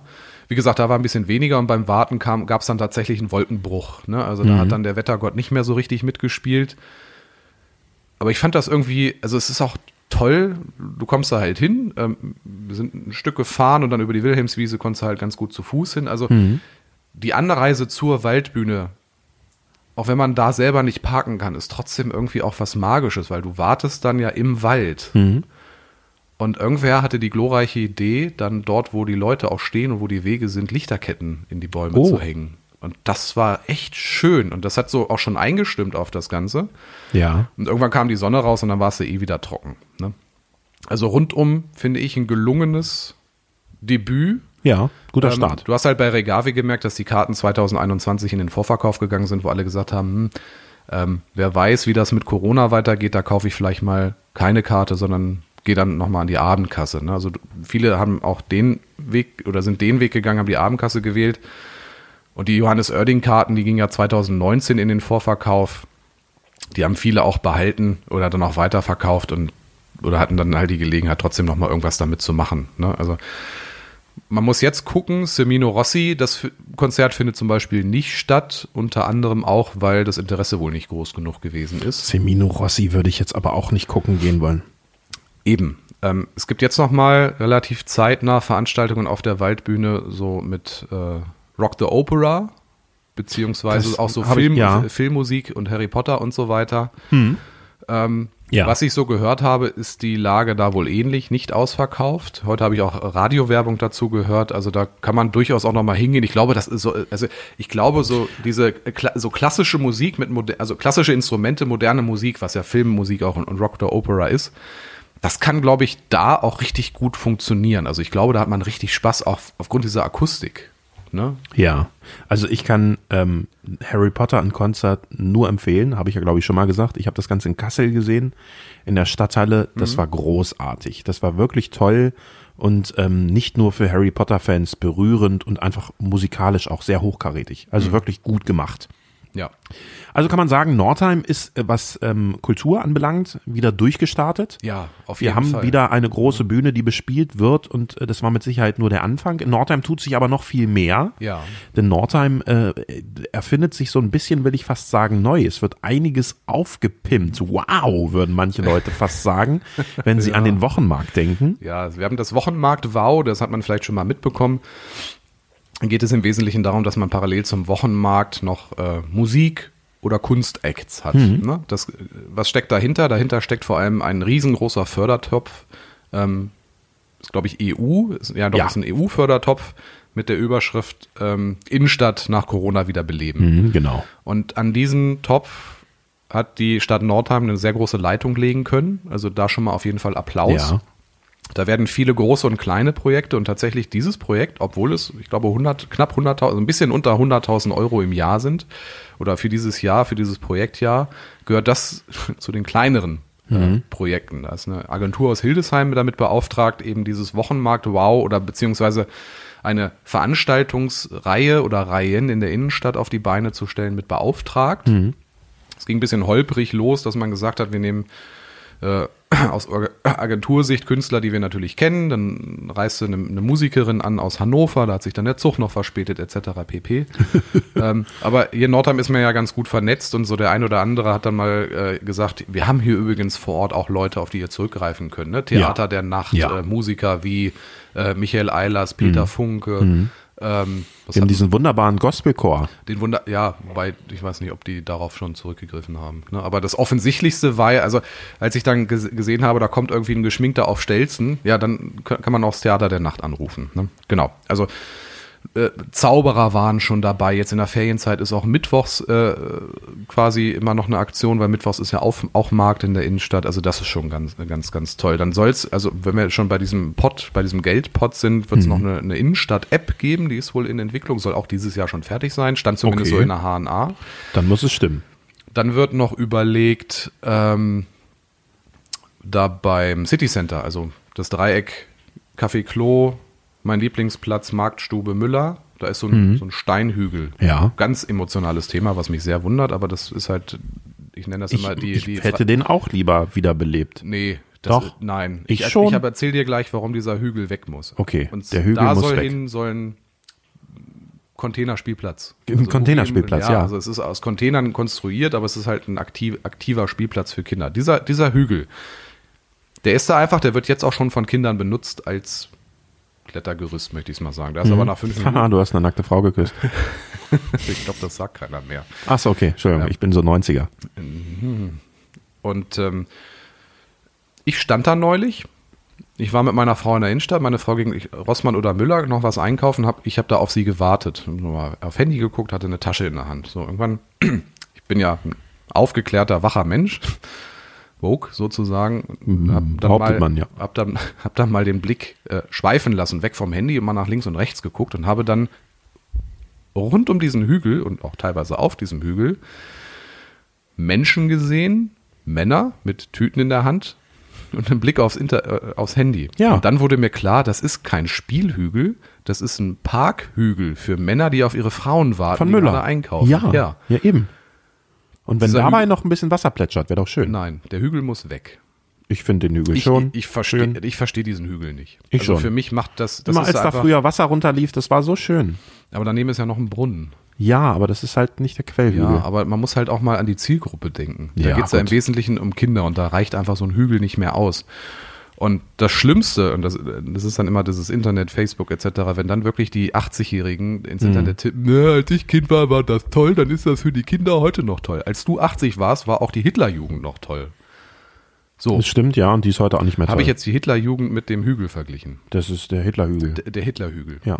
Wie gesagt, da war ein bisschen weniger und beim Warten gab es dann tatsächlich einen Wolkenbruch. Ne? Also da hat dann der Wettergott nicht mehr so richtig mitgespielt. Aber ich fand das irgendwie, also es ist auch toll, du kommst da halt hin, ähm, wir sind ein Stück gefahren und dann über die Wilhelmswiese konntest du halt ganz gut zu Fuß hin. Also die Anreise zur Waldbühne, auch wenn man da selber nicht parken kann, ist trotzdem irgendwie auch was Magisches, weil du wartest dann ja im Wald. Und irgendwer hatte die glorreiche Idee, dann dort, wo die Leute auch stehen und wo die Wege sind, Lichterketten in die Bäume Oh. zu hängen. Und das war echt schön. Und das hat so auch schon eingestimmt auf das Ganze. Ja. Und irgendwann kam die Sonne raus und dann war es ja eh wieder trocken. Ne? Also rundum finde ich ein gelungenes Debüt. Ja, guter Ähm, Start. Du hast halt bei Regavi gemerkt, dass die Karten 2021 in den Vorverkauf gegangen sind, wo alle gesagt haben, hm, ähm, wer weiß, wie das mit Corona weitergeht, da kaufe ich vielleicht mal keine Karte, sondern gehe dann nochmal an die Abendkasse. Ne? Also du- viele haben auch den Weg oder sind den Weg gegangen, haben die Abendkasse gewählt. Und die Johannes Oerding-Karten, die gingen ja 2019 in den Vorverkauf. Die haben viele auch behalten oder dann auch weiterverkauft und oder hatten dann halt die Gelegenheit, trotzdem nochmal irgendwas damit zu machen. Ne? Also man muss jetzt gucken, Semino Rossi, das F- Konzert findet zum Beispiel nicht statt, unter anderem auch, weil das Interesse wohl nicht groß genug gewesen ist. Semino Rossi würde ich jetzt aber auch nicht gucken gehen wollen. Eben. Ähm, es gibt jetzt nochmal relativ zeitnah Veranstaltungen auf der Waldbühne, so mit äh, Rock the Opera, beziehungsweise Das auch so hab ich- Film, ja. Filmmusik und Harry Potter und so weiter. Ja. Ähm, Was ich so gehört habe, ist die Lage da wohl ähnlich, nicht ausverkauft. Heute habe ich auch Radiowerbung dazu gehört, also da kann man durchaus auch nochmal hingehen. Ich glaube, das ist so, also ich glaube, so diese kla- so klassische Musik mit, moder- also klassische Instrumente, moderne Musik, was ja Filmmusik auch und, und Rock der Opera ist, das kann, glaube ich, da auch richtig gut funktionieren. Also ich glaube, da hat man richtig Spaß, auch aufgrund dieser Akustik. Ne? Ja, also ich kann ähm, Harry Potter ein Konzert nur empfehlen, habe ich ja glaube ich schon mal gesagt. Ich habe das Ganze in Kassel gesehen, in der Stadthalle. Mhm. Das war großartig. Das war wirklich toll und ähm, nicht nur für Harry Potter Fans berührend und einfach musikalisch auch sehr hochkarätig. Mhm. Also wirklich gut gemacht. Ja. Also kann man sagen, Nordheim ist, äh, was ähm, Kultur anbelangt, wieder durchgestartet. Ja, auf Wir jeden haben Fall. Mhm. wieder eine große Bühne, die bespielt wird und äh, das war mit Sicherheit nur der Anfang. In Nordheim tut sich aber noch viel mehr. Ja. Denn Nordheim äh, erfindet sich so ein bisschen, will ich fast sagen, neu. Es wird einiges aufgepimpt. Wow, würden manche Leute fast sagen, wenn sie an den Wochenmarkt denken. Ja, wir haben das Wochenmarkt Wow, das hat man vielleicht schon mal mitbekommen. Geht es im Wesentlichen darum, dass man parallel zum Wochenmarkt noch äh, Musik oder Kunstacts hat. Mhm. Ne? Das, äh, was steckt dahinter? Dahinter steckt vor allem ein riesengroßer Fördertopf. Ähm, ist, glaube ich, EU. Ist, ja, doch, Ja. ist ein EU-Fördertopf mit der Überschrift ähm, Innenstadt nach Corona wieder beleben. genau. Und an diesen Topf hat die Stadt Nordheim eine sehr große Leitung legen können. Also da schon mal auf jeden Fall Applaus. Ja. Da werden viele große und kleine Projekte und tatsächlich dieses Projekt, obwohl es, ich glaube, 100, knapp 100.000, also ein bisschen unter 100.000 Euro im Jahr sind oder für dieses Jahr, für dieses Projektjahr, gehört das zu den kleineren äh, Projekten. Da ist eine Agentur aus Hildesheim damit beauftragt, eben dieses Wochenmarkt Wow oder beziehungsweise eine Veranstaltungsreihe oder Reihen in der Innenstadt auf die Beine zu stellen mit beauftragt. Es ging ein bisschen holprig los, dass man gesagt hat, wir nehmen äh, aus Orga- Agentursicht Künstler, die wir natürlich kennen. Dann reiste eine, eine Musikerin an aus Hannover, da hat sich dann der Zug noch verspätet, etc. pp. ähm, aber hier in Nordheim ist man ja ganz gut vernetzt und so der ein oder andere hat dann mal äh, gesagt, wir haben hier übrigens vor Ort auch Leute, auf die ihr zurückgreifen könnt. Ne? Theater Ja. der Nacht, Ja. Mhm. äh, Musiker wie äh, Michael Eilers, Peter Funke. Ähm, was Wir haben hat- diesen wunderbaren Gospelchor. den Wunder, ja, wobei ich weiß nicht, ob die darauf schon zurückgegriffen haben. Ne? Aber das Offensichtlichste war, ja- also als ich dann ges gesehen habe, da kommt irgendwie ein Geschminkter auf Stelzen, ja, dann k- kann man auch das Theater der Nacht anrufen. Ne? Genau. Also äh, Zauberer waren schon dabei. Jetzt in der Ferienzeit ist auch mittwochs äh, quasi immer noch eine Aktion, weil mittwochs ist ja auf, auch Markt in der Innenstadt. Also das ist schon ganz, ganz, ganz toll. Dann soll's, also wenn wir schon bei diesem Pot, bei diesem Geldpot sind, wird's noch eine, eine Innenstadt-App geben. Die ist wohl in Entwicklung, soll auch dieses Jahr schon fertig sein. Stand zumindest Okay. so in der HNA. Dann muss es stimmen. Dann wird noch überlegt, ähm, da beim City Center, also das Dreieck Café Klo, mein Lieblingsplatz Marktstube Müller, da ist so ein, so ein Steinhügel. Mhm. Ja. Ganz emotionales Thema, was mich sehr wundert, aber das ist halt, ich nenne das Ich, immer die. ich die hätte den auch lieber wiederbelebt. Nee. Das, Doch. Nein. Ich ich, schon. ich aber erzähl dir gleich, warum dieser Hügel weg muss. Okay, Und der Hügel da muss soll weg. hin, soll ein Containerspielplatz. Ein Containerspielplatz, ja. Also es ist aus Containern konstruiert, aber es ist halt ein aktiv, aktiver Spielplatz für Kinder. Dieser, dieser Hügel, der ist da einfach, der wird jetzt auch schon von Kindern benutzt als Klettergerüst, möchte ich es mal sagen. Da ist Mhm. aber nach fünf Minuten, Haha, du hast eine nackte Frau geküsst. ich glaube, das sagt keiner mehr. Achso, okay, Entschuldigung, ich bin so 90er. Und ähm, ich stand da neulich Ich war mit meiner Frau in der Innenstadt, meine Frau ging ich, Rossmann oder Müller noch was einkaufen, hab, ich habe da auf sie gewartet, nur mal auf Handy geguckt, hatte eine Tasche in der Hand. So irgendwann, ich bin ja ein aufgeklärter, wacher Mensch, woke sozusagen, hab dann, Mhm, Behauptet mal, man, ja. hab dann, hab dann mal den Blick äh, schweifen lassen, weg vom Handy und mal nach links und rechts geguckt und habe dann rund um diesen Hügel und auch teilweise auf diesem Hügel Menschen gesehen, Männer mit Tüten in der Hand und einen Blick aufs, Inter äh, aufs Handy. Ja. Und dann wurde mir klar, das ist kein Spielhügel, das ist ein Parkhügel für Männer, die auf ihre Frauen warten, Von die Müller. gerade einkaufen. Ja, ja, eben. Und wenn Dieser dabei Hü- noch ein bisschen Wasser plätschert, wäre doch schön. Nein, der Hügel muss weg. Ich finde den Hügel Ich, schon. ich, ich verstehe schön. ich verstehe diesen Hügel nicht. Ich also schon. Für mich macht das, das Immer ist als da einfach, früher Wasser runterlief, das war so schön. aber daneben ist ja noch ein Brunnen. Ja, aber das ist halt nicht der Quellhügel. Ja, aber man muss halt auch mal an die Zielgruppe denken. Da Ja, geht's ja im gut. Wesentlichen um Kinder und da reicht einfach so ein Hügel nicht mehr aus. Und das Schlimmste, und das, das ist dann immer dieses Internet, Facebook etc., wenn dann wirklich die 80-Jährigen ins Mhm. Internet tippen, "Na, als ich Kind war, war das toll, dann ist das für die Kinder heute noch toll. Als du 80 warst, war auch die Hitlerjugend noch toll. So, Das stimmt, ja, und die ist heute auch nicht mehr habe toll. oh. ich jetzt die Hitlerjugend mit dem Hügel verglichen. das ist der Hitlerhügel. D der Hitlerhügel. ja.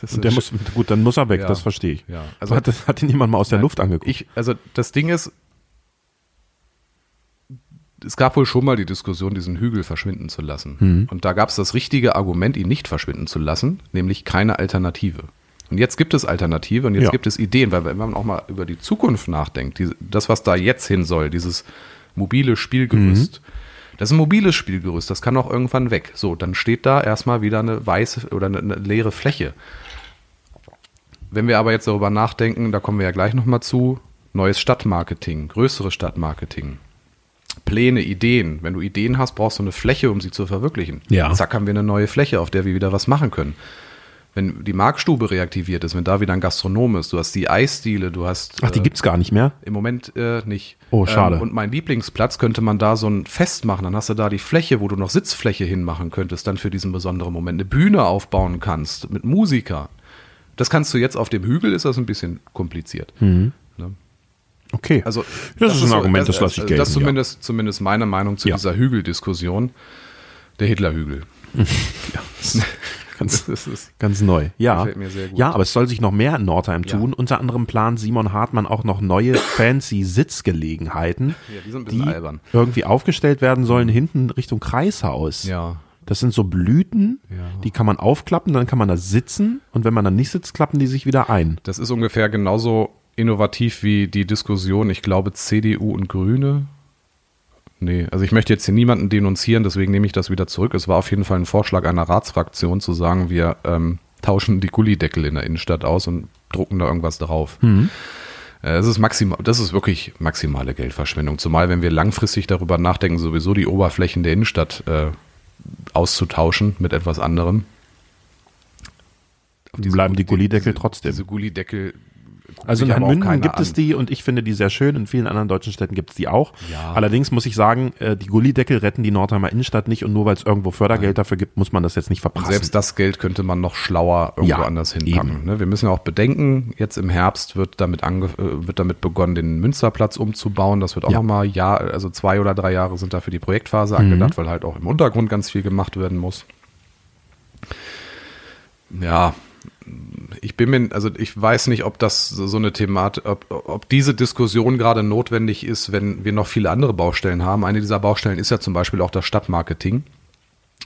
Das ist Und der ein muss, gut, dann muss er weg, Ja. das verstehe ich. Ja. Also hat, das, hat ihn jemand mal aus der Luft angeguckt. Ich, also das Ding ist, es gab wohl schon mal die Diskussion, diesen Hügel verschwinden zu lassen. Hm. Und da gab es das richtige Argument, ihn nicht verschwinden zu lassen, nämlich keine Alternative. Und jetzt gibt es Alternative und jetzt Ja. gibt es Ideen, weil wenn man auch mal über die Zukunft nachdenkt, die, das, was da jetzt hin soll, dieses mobile Spielgerüst, Mhm. das ist ein mobiles Spielgerüst, das kann auch irgendwann weg. So, dann steht da erstmal wieder eine weiße oder eine, eine leere Fläche. Wenn wir aber jetzt darüber nachdenken, da kommen wir ja gleich nochmal zu, neues Stadtmarketing, größeres Stadtmarketing, Pläne, Ideen. Wenn du Ideen hast, brauchst du eine Fläche, um sie zu verwirklichen. Ja. Zack, haben wir eine neue Fläche, auf der wir wieder was machen können. Wenn die Marktstube reaktiviert ist, wenn da wieder ein Gastronom ist, du hast die Eisdiele, du hast Ach, die äh, gibt's gar nicht mehr? im Moment äh, nicht. Oh, schade. und mein Lieblingsplatz könnte man da so ein Fest machen. Dann hast du da die Fläche, wo du noch Sitzfläche hinmachen könntest, dann für diesen besonderen Moment. Eine Bühne aufbauen kannst mit Musiker. Das kannst du jetzt auf dem Hügel, ist das ein bisschen kompliziert. Ne? Okay. Also, Mhm. das, ist ein so- Argument, das, lasse ich gelten. Das zumindest, zumindest meine Meinung zu Ja. dieser Hügeldiskussion. Der Hitlerhügel. ja. ganz, Das ist, ganz neu. Ja. Gefällt mir sehr gut. ja, aber es soll sich noch mehr in Nordheim Ja. tun. Unter anderem plant Simon Hartmann auch noch neue fancy Sitzgelegenheiten, Ja, die sind ein bisschen albern. irgendwie aufgestellt werden sollen hinten Richtung Kreishaus. ja. Das sind so Blüten, die kann man aufklappen, dann kann man da sitzen und wenn man dann nicht sitzt, klappen die sich wieder ein. Das ist ungefähr genauso innovativ wie die Diskussion, ich glaube, CDU und Grüne. Nee, also ich möchte jetzt hier niemanden denunzieren, deswegen nehme ich das wieder zurück. Es war auf jeden Fall ein Vorschlag einer Ratsfraktion zu sagen, wir ähm, tauschen die Gullideckel in der Innenstadt aus und drucken da irgendwas drauf. Mhm. Äh, Das ist, maximal, das ist wirklich maximale Geldverschwendung. Zumal, wenn wir langfristig darüber nachdenken, sowieso die Oberflächen der Innenstadt äh, auszutauschen mit etwas anderem. Auf diese Bleiben die Gulli- Gullideckel diese- trotzdem. Diese Gullideckel. guckt Also sich in aber auch Herrnmünden keiner gibt es an. die und ich finde die sehr schön. In vielen anderen deutschen Städten gibt es die auch. Ja. Allerdings muss ich sagen, äh, die Gullideckel retten die Nordheimer Innenstadt nicht und nur weil es irgendwo Fördergeld dafür gibt, muss man das jetzt nicht verpassen. Selbst das Geld könnte man noch schlauer irgendwo Ja, anders hinpacken. Ne? Wir müssen ja auch bedenken, jetzt im Herbst wird damit, ange äh, wird damit begonnen, den Münsterplatz umzubauen. Das wird auch Ja. Mhm. nochmal Jahr, also zwei oder drei Jahre sind da für die Projektphase angedacht, weil halt auch im Untergrund ganz viel gemacht werden muss. Ja, ich bin mir, also ich weiß nicht, ob das so so eine Thematik, ob, ob diese Diskussion gerade notwendig ist, wenn wir noch viele andere Baustellen haben. Eine dieser Baustellen ist ja zum Beispiel auch das Stadtmarketing.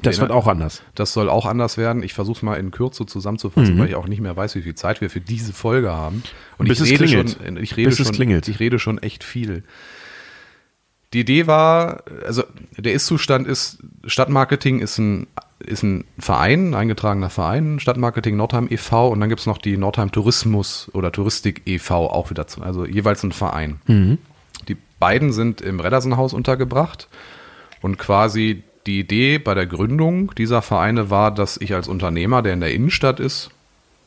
das wird auch anders. Das soll auch anders werden. Ich versuche es mal in Kürze Mhm. zusammenzufassen, weil ich auch nicht mehr weiß, wie viel Zeit wir für diese Folge haben. Und Bis es ich, rede klingelt. Schon, ich, rede Bis es schon, klingelt. ich rede schon echt viel. Die Idee war, also der Ist-Zustand ist, Stadtmarketing ist ein, ist ein Verein, ein eingetragener Verein, Stadtmarketing Nordheim e.V. und dann gibt es noch die Nordheim Tourismus oder Touristik e.V. auch wieder, zu, also jeweils ein Verein. Mhm. Die beiden sind im Reddersenhaus untergebracht. Und quasi die Idee bei der Gründung dieser Vereine war, dass ich als Unternehmer, der in der Innenstadt ist,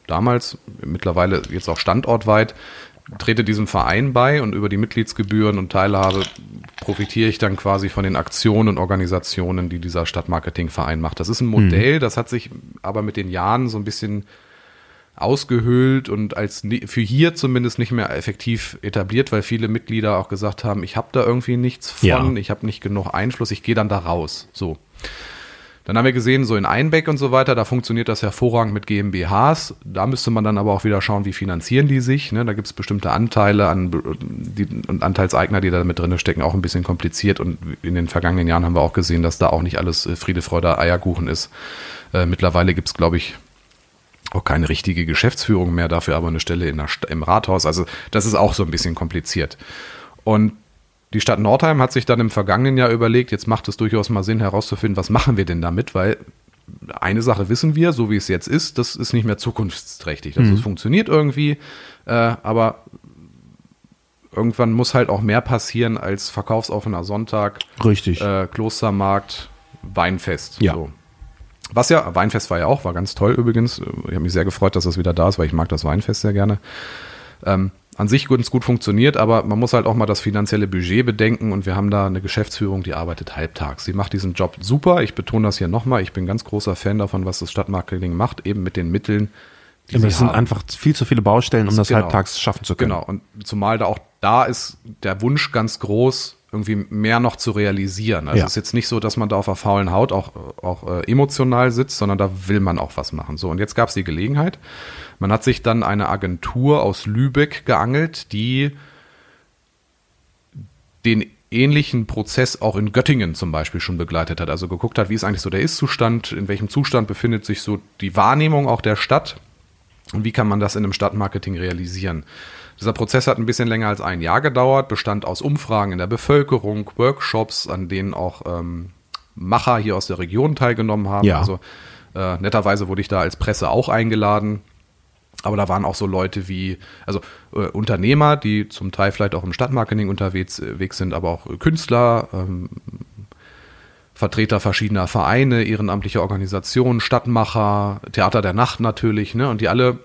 damals, mittlerweile jetzt auch standortweit, trete diesem Verein bei und über die Mitgliedsgebühren und Teilhabe profitiere ich dann quasi von den Aktionen und Organisationen, die dieser Stadtmarketingverein macht. Das ist ein Modell, das hat sich aber mit den Jahren so ein bisschen ausgehöhlt und als ni- für hier zumindest nicht mehr effektiv etabliert, weil viele Mitglieder auch gesagt haben, ich habe da irgendwie nichts von, Ja. ich habe nicht genug Einfluss, ich gehe dann da raus. So. Dann haben wir gesehen, so in Einbeck und so weiter, da funktioniert das hervorragend mit GmbHs. Da müsste man dann aber auch wieder schauen, wie finanzieren die sich. Ne? Da gibt es bestimmte Anteile an die, und Anteilseigner, die da mit drin stecken, auch ein bisschen kompliziert. Und in den vergangenen Jahren haben wir auch gesehen, dass da auch nicht alles äh, Friede, Freude, Eierkuchen ist. Äh, mittlerweile gibt es, glaube ich, auch keine richtige Geschäftsführung mehr, dafür aber eine Stelle in der, im Rathaus. Also das ist auch so ein bisschen kompliziert. Und die Stadt Nordheim hat sich dann im vergangenen Jahr überlegt, jetzt macht es durchaus mal Sinn herauszufinden, was machen wir denn damit, weil eine Sache wissen wir, so wie es jetzt ist, das ist nicht mehr zukunftsträchtig. Also mhm. es funktioniert irgendwie, äh, aber irgendwann muss halt auch mehr passieren als verkaufsoffener Sonntag, Richtig. Äh, Klostermarkt, Weinfest. Ja. So. Was ja, Weinfest war ja auch, war ganz toll übrigens. Ich habe mich sehr gefreut, dass das wieder da ist, weil ich mag das Weinfest sehr gerne. Ähm, an sich ganz gut funktioniert, aber man muss halt auch mal das finanzielle Budget bedenken und wir haben da eine Geschäftsführung, die arbeitet halbtags. Sie macht diesen Job super. Ich betone das hier nochmal. Ich bin ganz großer Fan davon, was das Stadtmarketing macht, eben mit den Mitteln, Aber es sind einfach viel zu viele Baustellen, um das Genau. halbtags schaffen zu können. Genau, und zumal da auch da ist der Wunsch ganz groß, irgendwie mehr noch zu realisieren. Also Ja. es ist jetzt nicht so, dass man da auf der faulen Haut auch, auch äh, emotional sitzt, sondern da will man auch was machen. So, und jetzt gab es die Gelegenheit. Man hat sich dann eine Agentur aus Lübeck geangelt, die den ähnlichen Prozess auch in Göttingen zum Beispiel schon begleitet hat. Also geguckt hat, wie ist eigentlich so der Ist-Zustand, in welchem Zustand befindet sich so die Wahrnehmung auch der Stadt und wie kann man das in einem Stadtmarketing realisieren. Dieser Prozess hat ein bisschen länger als ein Jahr gedauert, bestand aus Umfragen in der Bevölkerung, Workshops, an denen auch ähm, Macher hier aus der Region teilgenommen haben. Ja. Also äh, netterweise wurde ich da als Presse auch eingeladen. Aber da waren auch so Leute wie, also äh, Unternehmer, die zum Teil vielleicht auch im Stadtmarketing unterwegs äh, wegs sind, aber auch äh, Künstler, ähm, Vertreter verschiedener Vereine, ehrenamtliche Organisationen, Stadtmacher, Theater der Nacht natürlich, ne? Und die alle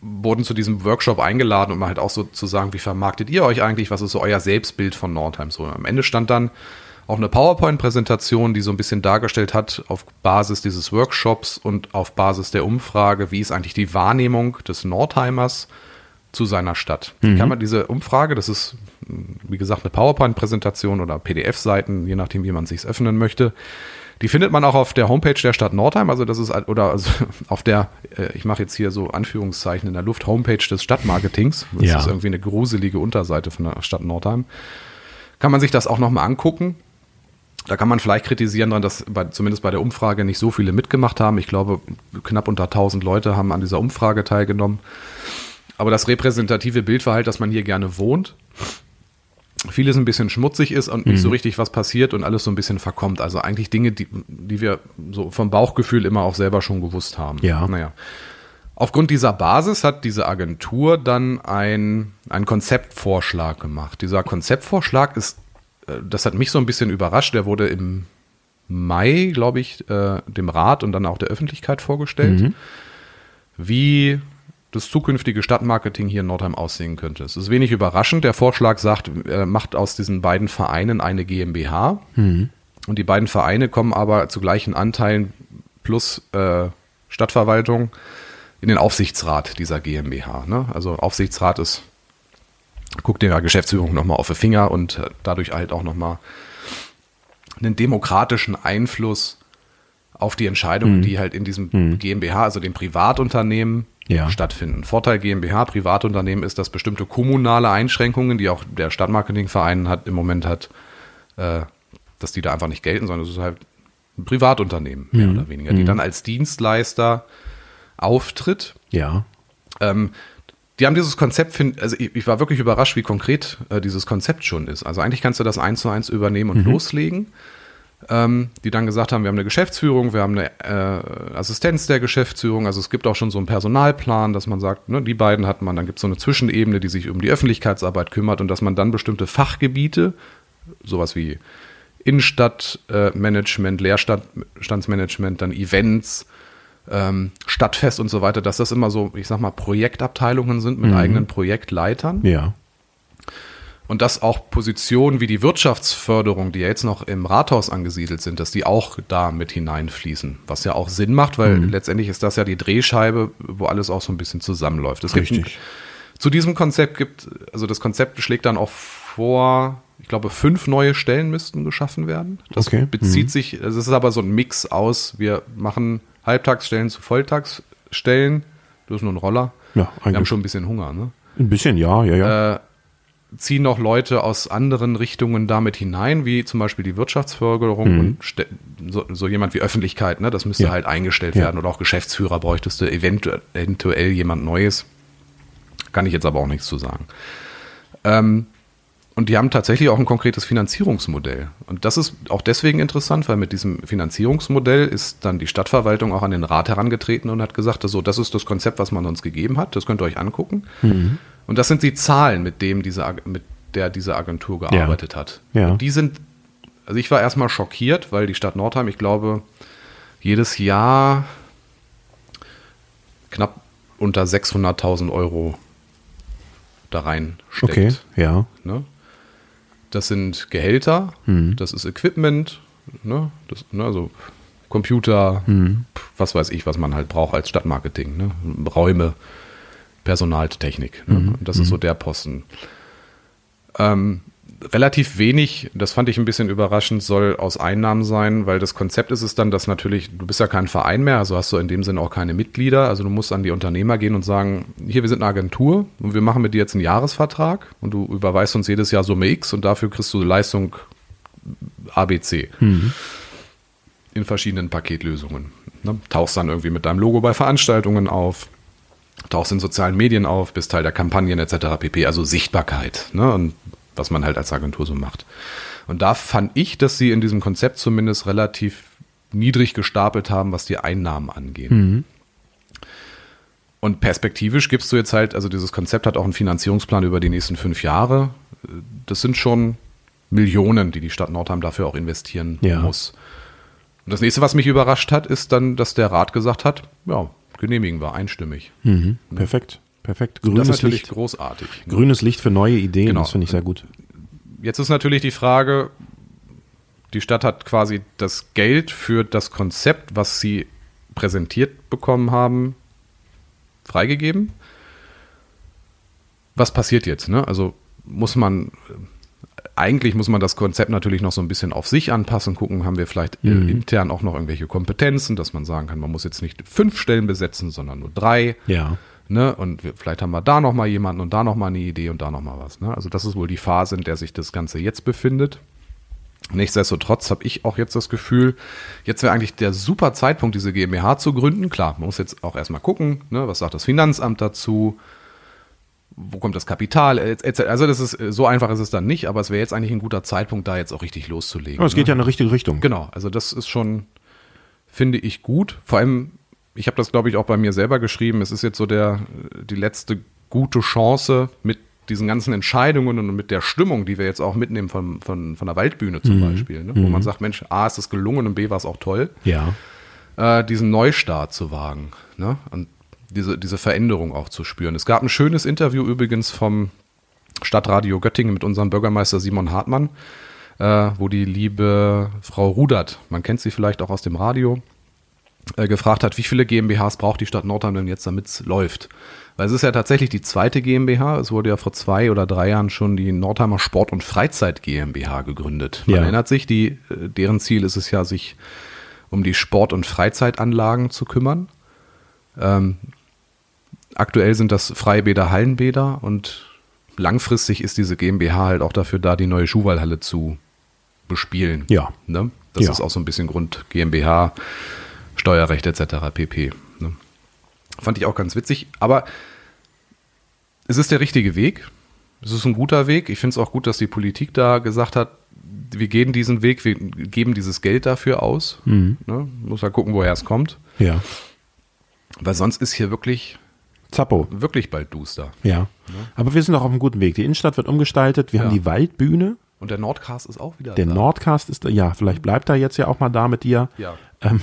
wurden zu diesem Workshop eingeladen, um halt auch so zu sagen, wie vermarktet ihr euch eigentlich, was ist so euer Selbstbild von Nordheim? So, am Ende stand dann auch eine PowerPoint-Präsentation, die so ein bisschen dargestellt hat, auf Basis dieses Workshops und auf Basis der Umfrage, wie ist eigentlich die Wahrnehmung des Nordheimers zu seiner Stadt. Die Kann man diese Umfrage, das ist, mh, wie gesagt, eine PowerPoint-Präsentation oder PDF-Seiten, je nachdem, wie man sich's öffnen möchte. Die findet man auch auf der Homepage der Stadt Nordheim, also das ist al- oder also auf der, äh, ich mache jetzt hier so Anführungszeichen in der Luft, Homepage des Stadtmarketings. Das Ja. ist irgendwie eine gruselige Unterseite von der Stadt Nordheim. Kann man sich das auch nochmal angucken. Da kann man vielleicht kritisieren dran, dass bei, zumindest bei der Umfrage nicht so viele mitgemacht haben. Ich glaube, knapp unter 1000 Leute haben an dieser Umfrage teilgenommen. Aber das repräsentative Bild war halt, dass man hier gerne wohnt. Vieles ein bisschen schmutzig ist und nicht so richtig was passiert und alles so ein bisschen verkommt. Also eigentlich Dinge, die, die wir so vom Bauchgefühl immer auch selber schon gewusst haben. Ja. Naja. Aufgrund dieser Basis hat diese Agentur dann ein, einen Konzeptvorschlag gemacht. Dieser Konzeptvorschlag ist, äh, das hat mich so ein bisschen überrascht, der wurde im Mai, glaube ich, äh, dem Rat und dann auch der Öffentlichkeit vorgestellt wie das zukünftige Stadtmarketing hier in Nordheim aussehen könnte. Es ist wenig überraschend. Der Vorschlag sagt, äh, macht aus diesen beiden Vereinen eine GmbH. Und die beiden Vereine kommen aber zu gleichen Anteilen plus äh, Stadtverwaltung in den Aufsichtsrat dieser GmbH. Ne? Also Aufsichtsrat ist, guckt der Geschäftsführung nochmal auf die Finger und äh, dadurch halt auch nochmal einen demokratischen Einfluss auf die Entscheidungen, die halt in diesem GmbH, also dem Privatunternehmen, Ja. stattfinden. Vorteil GmbH, Privatunternehmen ist, dass bestimmte kommunale Einschränkungen, die auch der Stadtmarketingverein hat, im Moment hat, äh, dass die da einfach nicht gelten, sondern es ist halt ein Privatunternehmen, mehr oder weniger, die dann als Dienstleister auftritt. Ja. Ähm, die haben dieses Konzept, find, also ich, ich war wirklich überrascht, wie konkret äh, dieses Konzept schon ist. Also eigentlich kannst du das eins zu eins übernehmen und loslegen. Ähm, die dann gesagt haben, wir haben eine Geschäftsführung, wir haben eine äh, Assistenz der Geschäftsführung. Also es gibt auch schon so einen Personalplan, dass man sagt, ne, die beiden hat man. Dann gibt es so eine Zwischenebene, die sich um die Öffentlichkeitsarbeit kümmert und dass man dann bestimmte Fachgebiete, sowas wie Innenstadtmanagement, äh, Management, Leerstandsmanagement, dann Events, ähm, Stadtfest und so weiter, dass das immer so, ich sag mal, Projektabteilungen sind mit eigenen Projektleitern. Ja. Und dass auch Positionen wie die Wirtschaftsförderung, die ja jetzt noch im Rathaus angesiedelt sind, dass die auch da mit hineinfließen. Was ja auch Sinn macht, weil Mhm. letztendlich ist das ja die Drehscheibe, wo alles auch so ein bisschen zusammenläuft. Es gibt ein, Richtig. zu diesem Konzept gibt, also das Konzept schlägt dann auch vor, Ich glaube, fünf neue Stellen müssten geschaffen werden. Das Okay. Mhm. bezieht sich, also es ist aber so ein Mix aus, wir machen Halbtagsstellen zu Volltagsstellen. Du hast nur ein Roller. Ja, Wir haben eigentlich- schon ein bisschen Hunger, ne? Ein bisschen, ja, ja, ja. ziehen noch Leute aus anderen Richtungen damit hinein, wie zum Beispiel die Wirtschaftsförderung und ste- so, so jemand wie Öffentlichkeit, ne? das müsste Mhm. Ja. halt eingestellt Ja. werden oder auch Geschäftsführer bräuchtest du eventu eventuell jemand Neues. Kann ich jetzt aber auch nichts zu sagen. Ähm, und die haben tatsächlich auch ein konkretes Finanzierungsmodell. Und das ist auch deswegen interessant, weil mit diesem Finanzierungsmodell ist dann die Stadtverwaltung auch an den Rat herangetreten und hat gesagt, so, das ist das Konzept, was man uns gegeben hat, das könnt ihr euch angucken. Mhm. Und das sind die Zahlen, mit dem diese, Ag- mit der diese Agentur gearbeitet hat. Ja. Und die sind, also ich war erstmal schockiert, weil die Stadt Nordheim, ich glaube, jedes Jahr knapp unter 600.000 Euro da reinsteckt. okay, ja. Ne? Das sind Gehälter, das ist Equipment, ne? Das, ne, also Computer, pf, was weiß ich, was man halt braucht als Stadtmarketing, ne? Räume, Personaltechnik. Ne? Und das ist so der Posten. Ähm, relativ wenig, das fand ich ein bisschen überraschend, soll aus Einnahmen sein, weil das Konzept ist es dann, dass natürlich, du bist ja kein Verein mehr, also hast du in dem Sinne auch keine Mitglieder, also du musst an die Unternehmer gehen und sagen, hier, wir sind eine Agentur und wir machen mit dir jetzt einen Jahresvertrag und du überweist uns jedes Jahr Summe X und dafür kriegst du Leistung ABC in verschiedenen Paketlösungen. Ne? Tauchst dann irgendwie mit deinem Logo bei Veranstaltungen auf, tauchst in sozialen Medien auf, bist Teil der Kampagnen etc. pp. Also Sichtbarkeit ne? und was man halt als Agentur so macht. Und da fand ich, dass sie in diesem Konzept zumindest relativ niedrig gestapelt haben, was die Einnahmen angeht. Und perspektivisch gibst du jetzt halt, also dieses Konzept hat auch einen Finanzierungsplan über die nächsten fünf Jahre. Das sind schon Millionen, die die Stadt Nordheim dafür auch investieren Ja. muss. Und das nächste, was mich überrascht hat, ist dann, dass der Rat gesagt hat, ja, genehmigen wir einstimmig. Mhm. Perfekt, perfekt. das ist Grünes natürlich Licht. großartig. Grünes Licht für neue Ideen, Genau. das finde ich sehr gut. Jetzt ist natürlich die Frage, die Stadt hat quasi das Geld für das Konzept, was sie präsentiert bekommen haben, freigegeben. Was passiert jetzt? Ne? Also muss man, eigentlich muss man das Konzept natürlich noch so ein bisschen auf sich anpassen, gucken, haben wir vielleicht äh, intern auch noch irgendwelche Kompetenzen, dass man sagen kann, man muss jetzt nicht fünf Stellen besetzen, sondern nur drei. Ja. Ne? Und wir, vielleicht haben wir da nochmal jemanden und da nochmal eine Idee und da nochmal was. Ne? Also das ist wohl die Phase, in der sich das Ganze jetzt befindet. Nichtsdestotrotz habe ich auch jetzt das Gefühl, jetzt wäre eigentlich der super Zeitpunkt, diese GmbH zu gründen. Klar, man muss jetzt auch erstmal gucken, ne? was sagt das Finanzamt dazu, wo kommt das Kapital, et- et- also das ist, so einfach ist es dann nicht, aber es wäre jetzt eigentlich ein guter Zeitpunkt, da jetzt auch richtig loszulegen. ne? Aber es geht ja in eine richtige Richtung. Genau, also das ist schon, finde ich, gut. Vor allem, ich habe das, glaube ich, auch bei mir selber geschrieben. Es ist jetzt so der, die letzte gute Chance mit diesen ganzen Entscheidungen und mit der Stimmung, die wir jetzt auch mitnehmen von, von, von der Waldbühne zum Beispiel, ne? wo man sagt, Mensch, A ist es gelungen und B war es auch toll, Ja. äh, diesen Neustart zu wagen ne? und diese, diese Veränderung auch zu spüren. Es gab ein schönes Interview übrigens vom Stadtradio Göttingen mit unserem Bürgermeister Simon Hartmann, äh, wo die liebe Frau Rudert, man kennt sie vielleicht auch aus dem Radio, äh, gefragt hat, wie viele GmbHs braucht die Stadt Nordheim denn jetzt, damit es läuft? Weil es ist ja tatsächlich die zweite GmbH. Es wurde ja vor zwei oder drei Jahren schon die Nordheimer Sport- und Freizeit GmbH gegründet. Man Ja. erinnert sich, die, äh, deren Ziel ist es ja, sich um die Sport- und Freizeitanlagen zu kümmern. Ähm, aktuell sind das Freibäder, Hallenbäder und langfristig ist diese GmbH halt auch dafür da, die neue Schuhwallhalle zu bespielen. Ja. Ne? Das Ja. ist auch so ein bisschen Grund GmbH, Steuerrecht etc. pp. Ne? Fand ich auch ganz witzig. Aber es ist der richtige Weg. Es ist ein guter Weg. Ich finde es auch gut, dass die Politik da gesagt hat, wir gehen diesen Weg, wir geben dieses Geld dafür aus. Mhm. Ne? Muss ja gucken, woher es kommt. Ja. Weil sonst ist hier wirklich, Zappo. wirklich bald Duster. Ja. Aber wir sind auch auf einem guten Weg. Die Innenstadt wird umgestaltet. Wir Ja. haben die Waldbühne. Und der Nordcast ist auch wieder Der da. Nordcast ist da. Ja, vielleicht bleibt er jetzt ja auch mal da mit dir. ja. Ähm,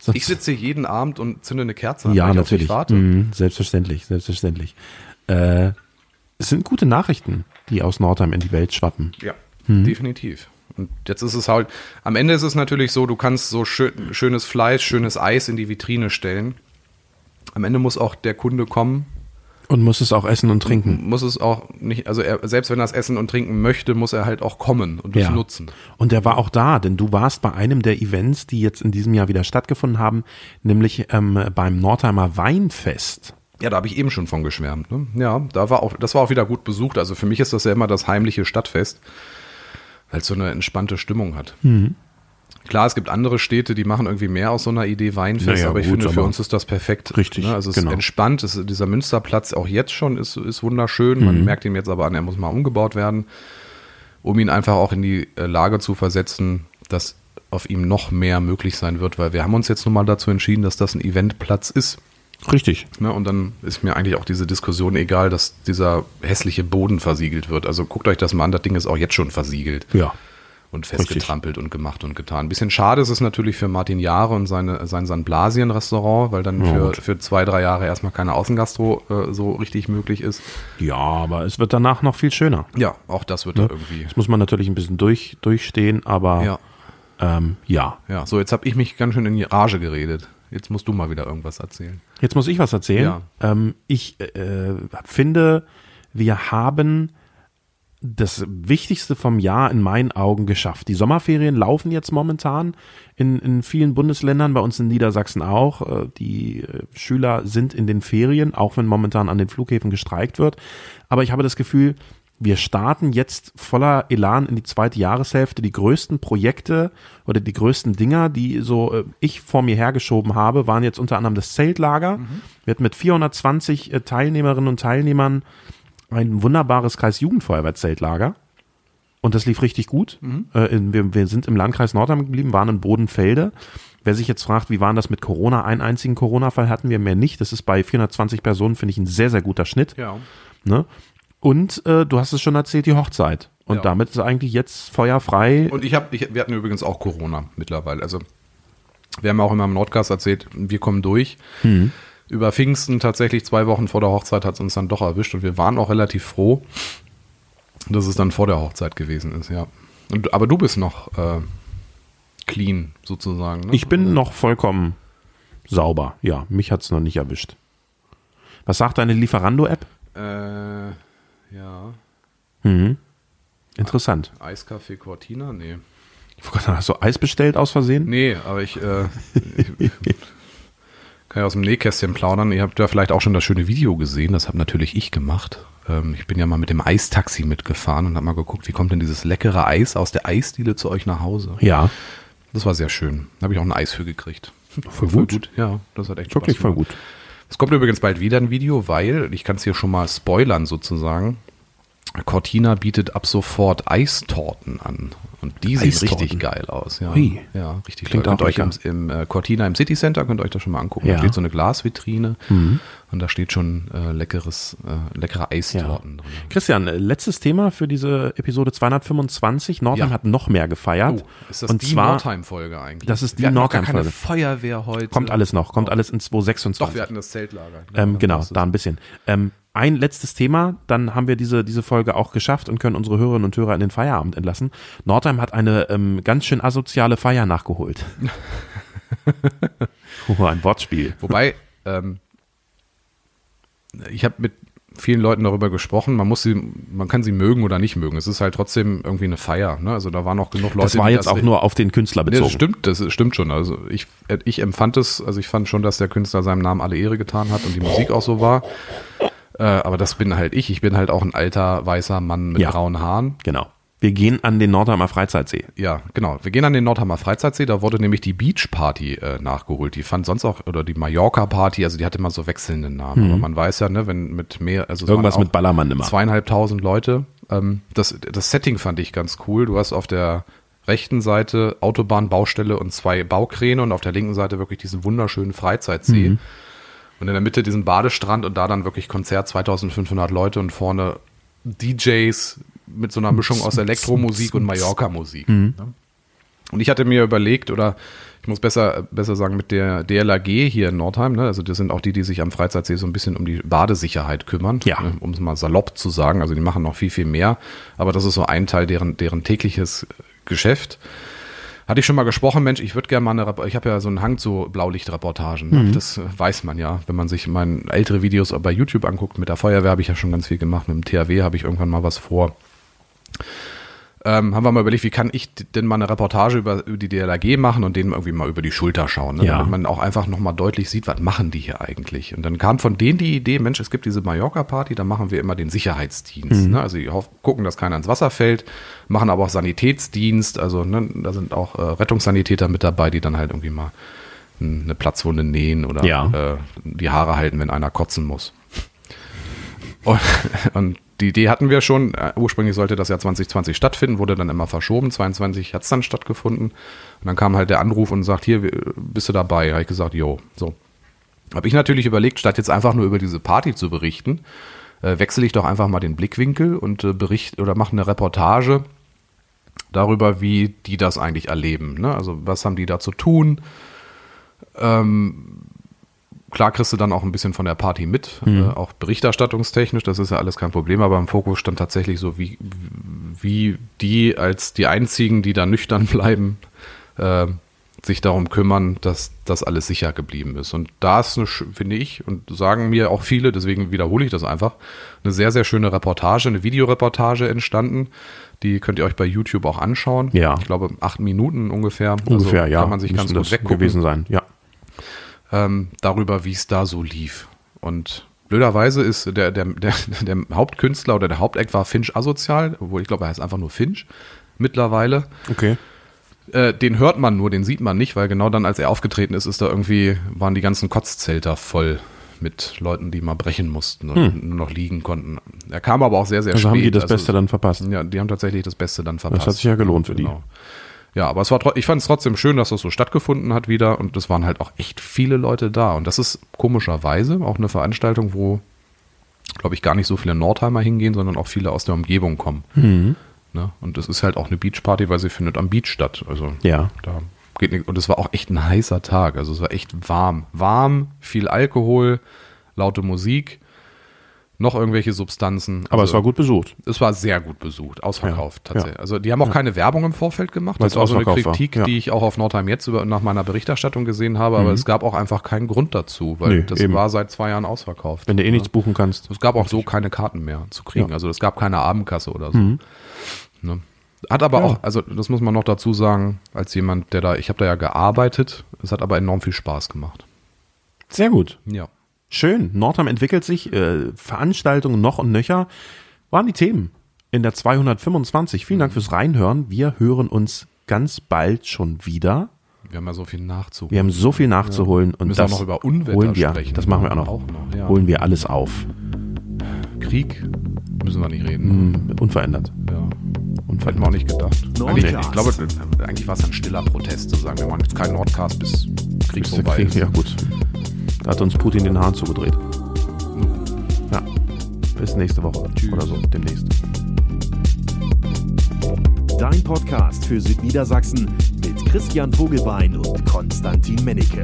sonst- Ich sitze hier jeden Abend und zünde eine Kerze an, Ja, weil ich auf dich natürlich. warte. Mhm, selbstverständlich, selbstverständlich. Äh, es sind gute Nachrichten, die aus Nordheim in die Welt schwappen. Ja, Hm. definitiv. Und jetzt ist es halt, am Ende ist es natürlich so, du kannst so schön, schönes Fleisch, schönes Eis in die Vitrine stellen. Am Ende muss auch der Kunde kommen Und muss es auch essen und trinken. Muss es auch nicht, also er, selbst wenn er es essen und trinken möchte, muss er halt auch kommen und das Ja. nutzen. Und er war auch da, denn du warst bei einem der Events, die jetzt in diesem Jahr wieder stattgefunden haben, nämlich ähm, beim Nordheimer Weinfest. Ja, da habe ich eben schon von geschwärmt. Ne? Ja, da war auch, das war auch wieder gut besucht. Also für mich ist das ja immer das heimliche Stadtfest, weil es so eine entspannte Stimmung hat. Mhm. Klar, es gibt andere Städte, die machen irgendwie mehr aus so einer Idee Weinfest, Naja, aber ich gut, finde, für aber- uns ist das perfekt. Richtig, Ne? Also es genau. ist entspannt. Es, dieser Münsterplatz auch jetzt schon ist, ist wunderschön. Mhm. Man merkt ihm jetzt aber an, er muss mal umgebaut werden, um ihn einfach auch in die äh, Lage zu versetzen, dass auf ihm noch mehr möglich sein wird, weil wir haben uns jetzt nun mal dazu entschieden, dass das ein Eventplatz ist. Richtig. Ne, und dann ist mir eigentlich auch diese Diskussion egal, dass dieser hässliche Boden versiegelt wird. Also guckt euch das mal an, das Ding ist auch jetzt schon versiegelt Ja. und festgetrampelt und gemacht und getan. Ein bisschen schade ist es natürlich für Martin Jahre und seine, sein San Blasien-Restaurant, weil dann für, für zwei, drei Jahre erstmal keine Außengastro äh, so richtig möglich ist. Ja, aber es wird danach noch viel schöner. Ja, auch das wird da irgendwie. Das muss man natürlich ein bisschen durch, durchstehen, aber Ja, ähm, ja. ja. So, jetzt habe ich mich ganz schön in die Rage geredet. Jetzt musst du mal wieder irgendwas erzählen. Jetzt muss ich was erzählen. Ja. Ähm, ich äh, finde, wir haben das Wichtigste vom Jahr in meinen Augen geschafft. Die Sommerferien laufen jetzt momentan in, in vielen Bundesländern, bei uns in Niedersachsen auch. Äh, Die äh, Schüler sind in den Ferien, auch wenn momentan an den Flughäfen gestreikt wird. Aber ich habe das Gefühl, wir starten jetzt voller Elan in die zweite Jahreshälfte. Die größten Projekte oder die größten Dinger, die so äh, ich vor mir hergeschoben habe, waren jetzt unter anderem das Zeltlager. Wir hatten mit 420 äh, Teilnehmerinnen und Teilnehmern ein wunderbares Kreisjugendfeuerwehrzeltlager. Und das lief richtig gut. Mhm. Äh, in, wir, wir sind im Landkreis Nordheim geblieben, waren in Bodenfelde. Wer sich jetzt fragt, wie waren das mit Corona? Einen einzigen Corona-Fall hatten wir mehr nicht. Das ist bei 420 Personen, finde ich, ein sehr, sehr guter Schnitt. Ja. Ne? Und äh, du hast es schon erzählt, die Hochzeit. Und Ja. damit ist eigentlich jetzt feuerfrei. Und ich habe, ich, wir hatten übrigens auch Corona mittlerweile. Also wir haben auch immer im Nordcast erzählt, wir kommen durch. Über Pfingsten tatsächlich zwei Wochen vor der Hochzeit hat es uns dann doch erwischt und wir waren auch relativ froh, dass es dann vor der Hochzeit gewesen ist, ja. Und, aber du bist noch äh, clean sozusagen. Ne? ich bin noch vollkommen sauber. Ja, mich hat's noch nicht erwischt. Was sagt deine Lieferando-App? äh, ja, Mhm. Interessant. Eiskaffee Cortina? Nee. Oh Gott, hast du Eis bestellt aus Versehen? Nee, aber ich, äh, ich kann ja aus dem Nähkästchen plaudern. Ihr habt ja vielleicht auch schon das schöne Video gesehen. Das habe natürlich ich gemacht. Ähm, ich bin ja mal mit dem Eistaxi mitgefahren und habe mal geguckt, wie kommt denn dieses leckere Eis aus der Eisdiele zu euch nach Hause. Ja. Das war sehr schön. Da habe ich auch ein Eis für gekriegt. Voll, gut. Ja, das hat echt Wirklich Spaß voll gemacht. gut. Es kommt übrigens bald wieder ein Video, weil, ich kann es hier schon mal spoilern sozusagen, Cortina bietet ab sofort Eistorten an. Und die sehen Eistorten? richtig geil aus. Ja, Ui. ja richtig Klingt toll. Könnt auch euch im, lecker. im äh, Cortina im City Center, könnt ihr euch das schon mal angucken. Ja. Mhm. Da steht so eine Glasvitrine und da steht schon äh, leckeres, äh, leckere Eistorten drin. Christian, äh, letztes Thema für diese Episode 225. Nordheim Ja. hat noch mehr gefeiert. Oh, ist das und die zwar Nordheim-Folge eigentlich? das ist die Wir hatten noch gar Nordheim-Folge. keine Feuerwehr heute. kommt alles noch, kommt alles in äh, oh. Doch, 226. wir hatten das Zeltlager. ähm, Dann genau, passt es. da ein bisschen. Ähm, ein letztes Thema, dann haben wir diese, diese Folge auch geschafft und können unsere Hörerinnen und Hörer in den Feierabend entlassen. Nordheim hat eine ähm, ganz schön asoziale Feier nachgeholt. oh, ein Wortspiel. Wobei, ähm, ich habe mit vielen Leuten darüber gesprochen, man muss sie, man kann sie mögen oder nicht mögen. Es ist halt trotzdem irgendwie eine Feier. Ne? Also da waren auch genug Leute. Das war die jetzt auch nur auf den Künstler Nee, bezogen. das stimmt, das ist- stimmt schon. Also ich, äh, ich empfand es, also ich fand schon, dass der Künstler seinem Namen alle Ehre getan hat und die Musik auch so war. Äh, aber das bin halt ich. Ich bin halt auch ein alter, weißer Mann mit Ja. grauen Haaren. Genau. Wir gehen an den Nordheimer Freizeitsee. Ja, genau. Wir gehen an den Nordhammer Freizeitsee, da wurde nämlich die Beach Party äh, nachgeholt. Die fand sonst auch, oder die Mallorca Party, also die hatte immer so wechselnde Namen. Aber man weiß ja, ne, wenn mit mehr, also es Mhm. Irgendwas waren auch mit Ballermann immer. Zweieinhalbtausend Leute. Ähm, das, das Setting fand ich ganz cool. Du hast auf der rechten Seite Autobahnbaustelle und zwei Baukräne und auf der linken Seite wirklich diesen wunderschönen Freizeitsee. Mhm. Und in der Mitte diesen Badestrand und da dann wirklich Konzert 2500 Leute und vorne DJs mit so einer Mischung aus Elektromusik und Mallorca-Musik. ne? Und ich hatte mir überlegt, oder ich muss besser, besser sagen, mit der DLAG hier in Nordheim, ne? also das sind auch die, die sich am Freizeitsee so ein bisschen um die Badesicherheit kümmern, Ja. ne? um es mal salopp zu sagen. Also die machen noch viel, viel mehr. Aber das ist so ein Teil deren, deren tägliches Geschäft. Hatte ich schon mal gesprochen, Mensch, ich würde gerne mal eine, Rap- ich habe ja so einen Hang zu Blaulichtreportagen. ne? Das äh, weiß man ja, wenn man sich meine ältere Videos bei YouTube anguckt. Mit der Feuerwehr habe ich ja schon ganz viel gemacht, mit dem THW habe ich irgendwann mal was vor. Ähm, haben wir mal überlegt, wie kann ich d- denn mal eine Reportage über, über die DLRG machen und denen irgendwie mal über die Schulter schauen, ne? Ja. damit man auch einfach nochmal deutlich sieht, was machen die hier eigentlich. Und dann kam von denen die Idee, Mensch, es gibt diese Mallorca-Party, da machen wir immer den Sicherheitsdienst. Ne? Also die hoff- gucken, dass keiner ins Wasser fällt, machen aber auch Sanitätsdienst, also ne, da sind auch äh, Rettungssanitäter mit dabei, die dann halt irgendwie mal n- eine Platzwunde nähen oder Ja. äh, die Haare halten, wenn einer kotzen muss. Und, und die Idee hatten wir schon. Äh, Ursprünglich sollte das Jahr 2020 stattfinden, wurde dann immer verschoben. 22 hat es dann stattgefunden. Und dann kam halt der Anruf und sagt, hier, wir- bist du dabei? Habe ich gesagt, jo. So. Habe ich natürlich überlegt, statt jetzt einfach nur über diese Party zu berichten, äh, wechsle ich doch einfach mal den Blickwinkel und äh, bericht oder mache eine Reportage darüber, wie die das eigentlich erleben. Ne? Also was haben die da zu tun? klar kriegst du dann auch ein bisschen von der Party mit, Mhm. äh, auch berichterstattungstechnisch, das ist ja alles kein Problem, aber im Fokus stand tatsächlich so, wie, wie die als die einzigen, die da nüchtern bleiben, äh, sich darum kümmern, dass das alles sicher geblieben ist. Und da ist, eine, sch- finde ich, und sagen mir auch viele, deswegen wiederhole ich das einfach, eine sehr, sehr schöne Reportage, eine Videoreportage entstanden. Die könnt ihr euch bei YouTube auch anschauen. Ja. Ich glaube, acht Minuten ungefähr. Also Ungefähr, ja. Kann man sich ganz müssen gut das weggucken gewesen sein. Ja. ähm, darüber, wie es da so lief. Und blöderweise ist der, der, der, der Hauptkünstler oder der Haupteck war Finch Asozial, obwohl ich glaube, er heißt einfach nur Finch mittlerweile. Okay. Äh, den hört man nur, den sieht man nicht, weil genau dann, als er aufgetreten ist, ist da irgendwie, waren die ganzen Kotzzelter voll mit Leuten, die mal brechen mussten und nur noch liegen konnten. Er kam aber auch sehr, sehr Hm. Also spät. haben die das Beste dann verpasst. Ja, die haben tatsächlich das Beste dann verpasst. Das hat sich ja gelohnt für die. Genau. Ja, aber es war, tro- ich fand es trotzdem schön, dass das so stattgefunden hat wieder und es waren halt auch echt viele Leute da und das ist komischerweise auch eine Veranstaltung, wo, glaube ich, gar nicht so viele Nordheimer hingehen, sondern auch viele aus der Umgebung kommen. Mhm. Ne? Und es ist halt auch eine Beachparty, weil sie findet am Beach statt. Also Ja. da geht nichts. Und es war auch echt ein heißer Tag. Also es war echt warm, warm, viel Alkohol, laute Musik, noch irgendwelche Substanzen. Aber also, es war gut besucht. es war sehr gut besucht, ausverkauft Ja, tatsächlich. ja. Also die haben auch keine Werbung im Vorfeld gemacht. Weil's das war so eine ausverkauft war, Kritik, ja. Mhm. die ich auch auf Nordheim jetzt über, nach meiner Berichterstattung gesehen habe, aber es gab auch einfach keinen Grund dazu, weil Nee, das eben. war seit zwei Jahren ausverkauft. Wenn du eh nichts buchen kannst. Es gab auch so keine Karten mehr zu kriegen. Ja. Mhm. Also es gab keine Abendkasse oder so. Ne? Hat aber auch, also das muss man noch dazu sagen, als jemand, der da, ich habe da ja gearbeitet, es hat aber enorm viel Spaß gemacht. Sehr gut. Ja. Schön. Nordheim entwickelt sich. Äh, Veranstaltungen noch und nöcher. Waren die Themen in der 225. Vielen Mhm. Dank fürs Reinhören. Wir hören uns ganz bald schon wieder. Wir haben ja so viel nachzuholen. Wir haben so viel nachzuholen und Müssen auch das noch über Unwetter holen wir, sprechen. Das machen wir auch noch. Auch noch, ja. Holen wir alles auf. Krieg müssen wir nicht reden. Mhm. Unverändert. Ja. Hätten wir Unverändert. auch nicht gedacht. Nordcast. Eigentlich, ich glaube, eigentlich war es ein stiller Protest zu sagen, wir machen jetzt keinen Nordcast, bis Krieg Bis der vorbei Krieg- ist. Ja gut. Da hat uns Putin den Hahn zugedreht. Ja. Bis nächste Woche Tschüss. oder so demnächst. Dein Podcast für Südniedersachsen mit Christian Vogelbein und Konstantin Mennecke.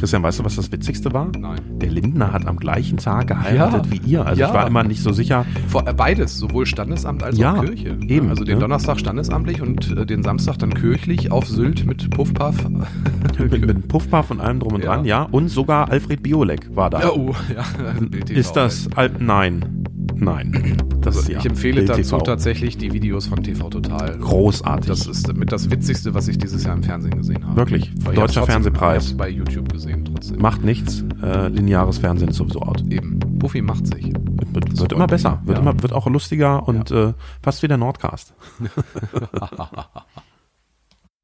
Christian, weißt du, was das Witzigste war? Nein. Der Lindner hat am gleichen Tag geheiratet Ja. wie ihr. Also ich Ja. war immer nicht so sicher. Vor, äh, beides, sowohl Standesamt als Ja, auch Kirche. eben, also den ne? Donnerstag standesamtlich und äh, den Samstag dann kirchlich auf Sylt mit Puffpuff. Mit, mit einem Puffpuff und allem drum und Ja. dran, ja. Und sogar Alfred Biolek war da. ja, oh, ja. BTV Ist das Al Nein. Nein. Das ist Also, ja ich empfehle BTV. dazu tatsächlich die Videos von TV Total. Großartig. Das ist mit das Witzigste, was ich dieses Jahr im Fernsehen gesehen habe. Wirklich. Aber ich Deutscher hab's trotzdem- Fernsehpreis. ich hab's bei YouTube gesehen trotzdem. Macht nichts. Äh, lineares Fernsehen ist sowieso out. Eben. Puffy macht sich. Wird, freut wird immer mich. besser. Wird, Ja. immer, wird auch lustiger und äh, fast wie der Nordcast.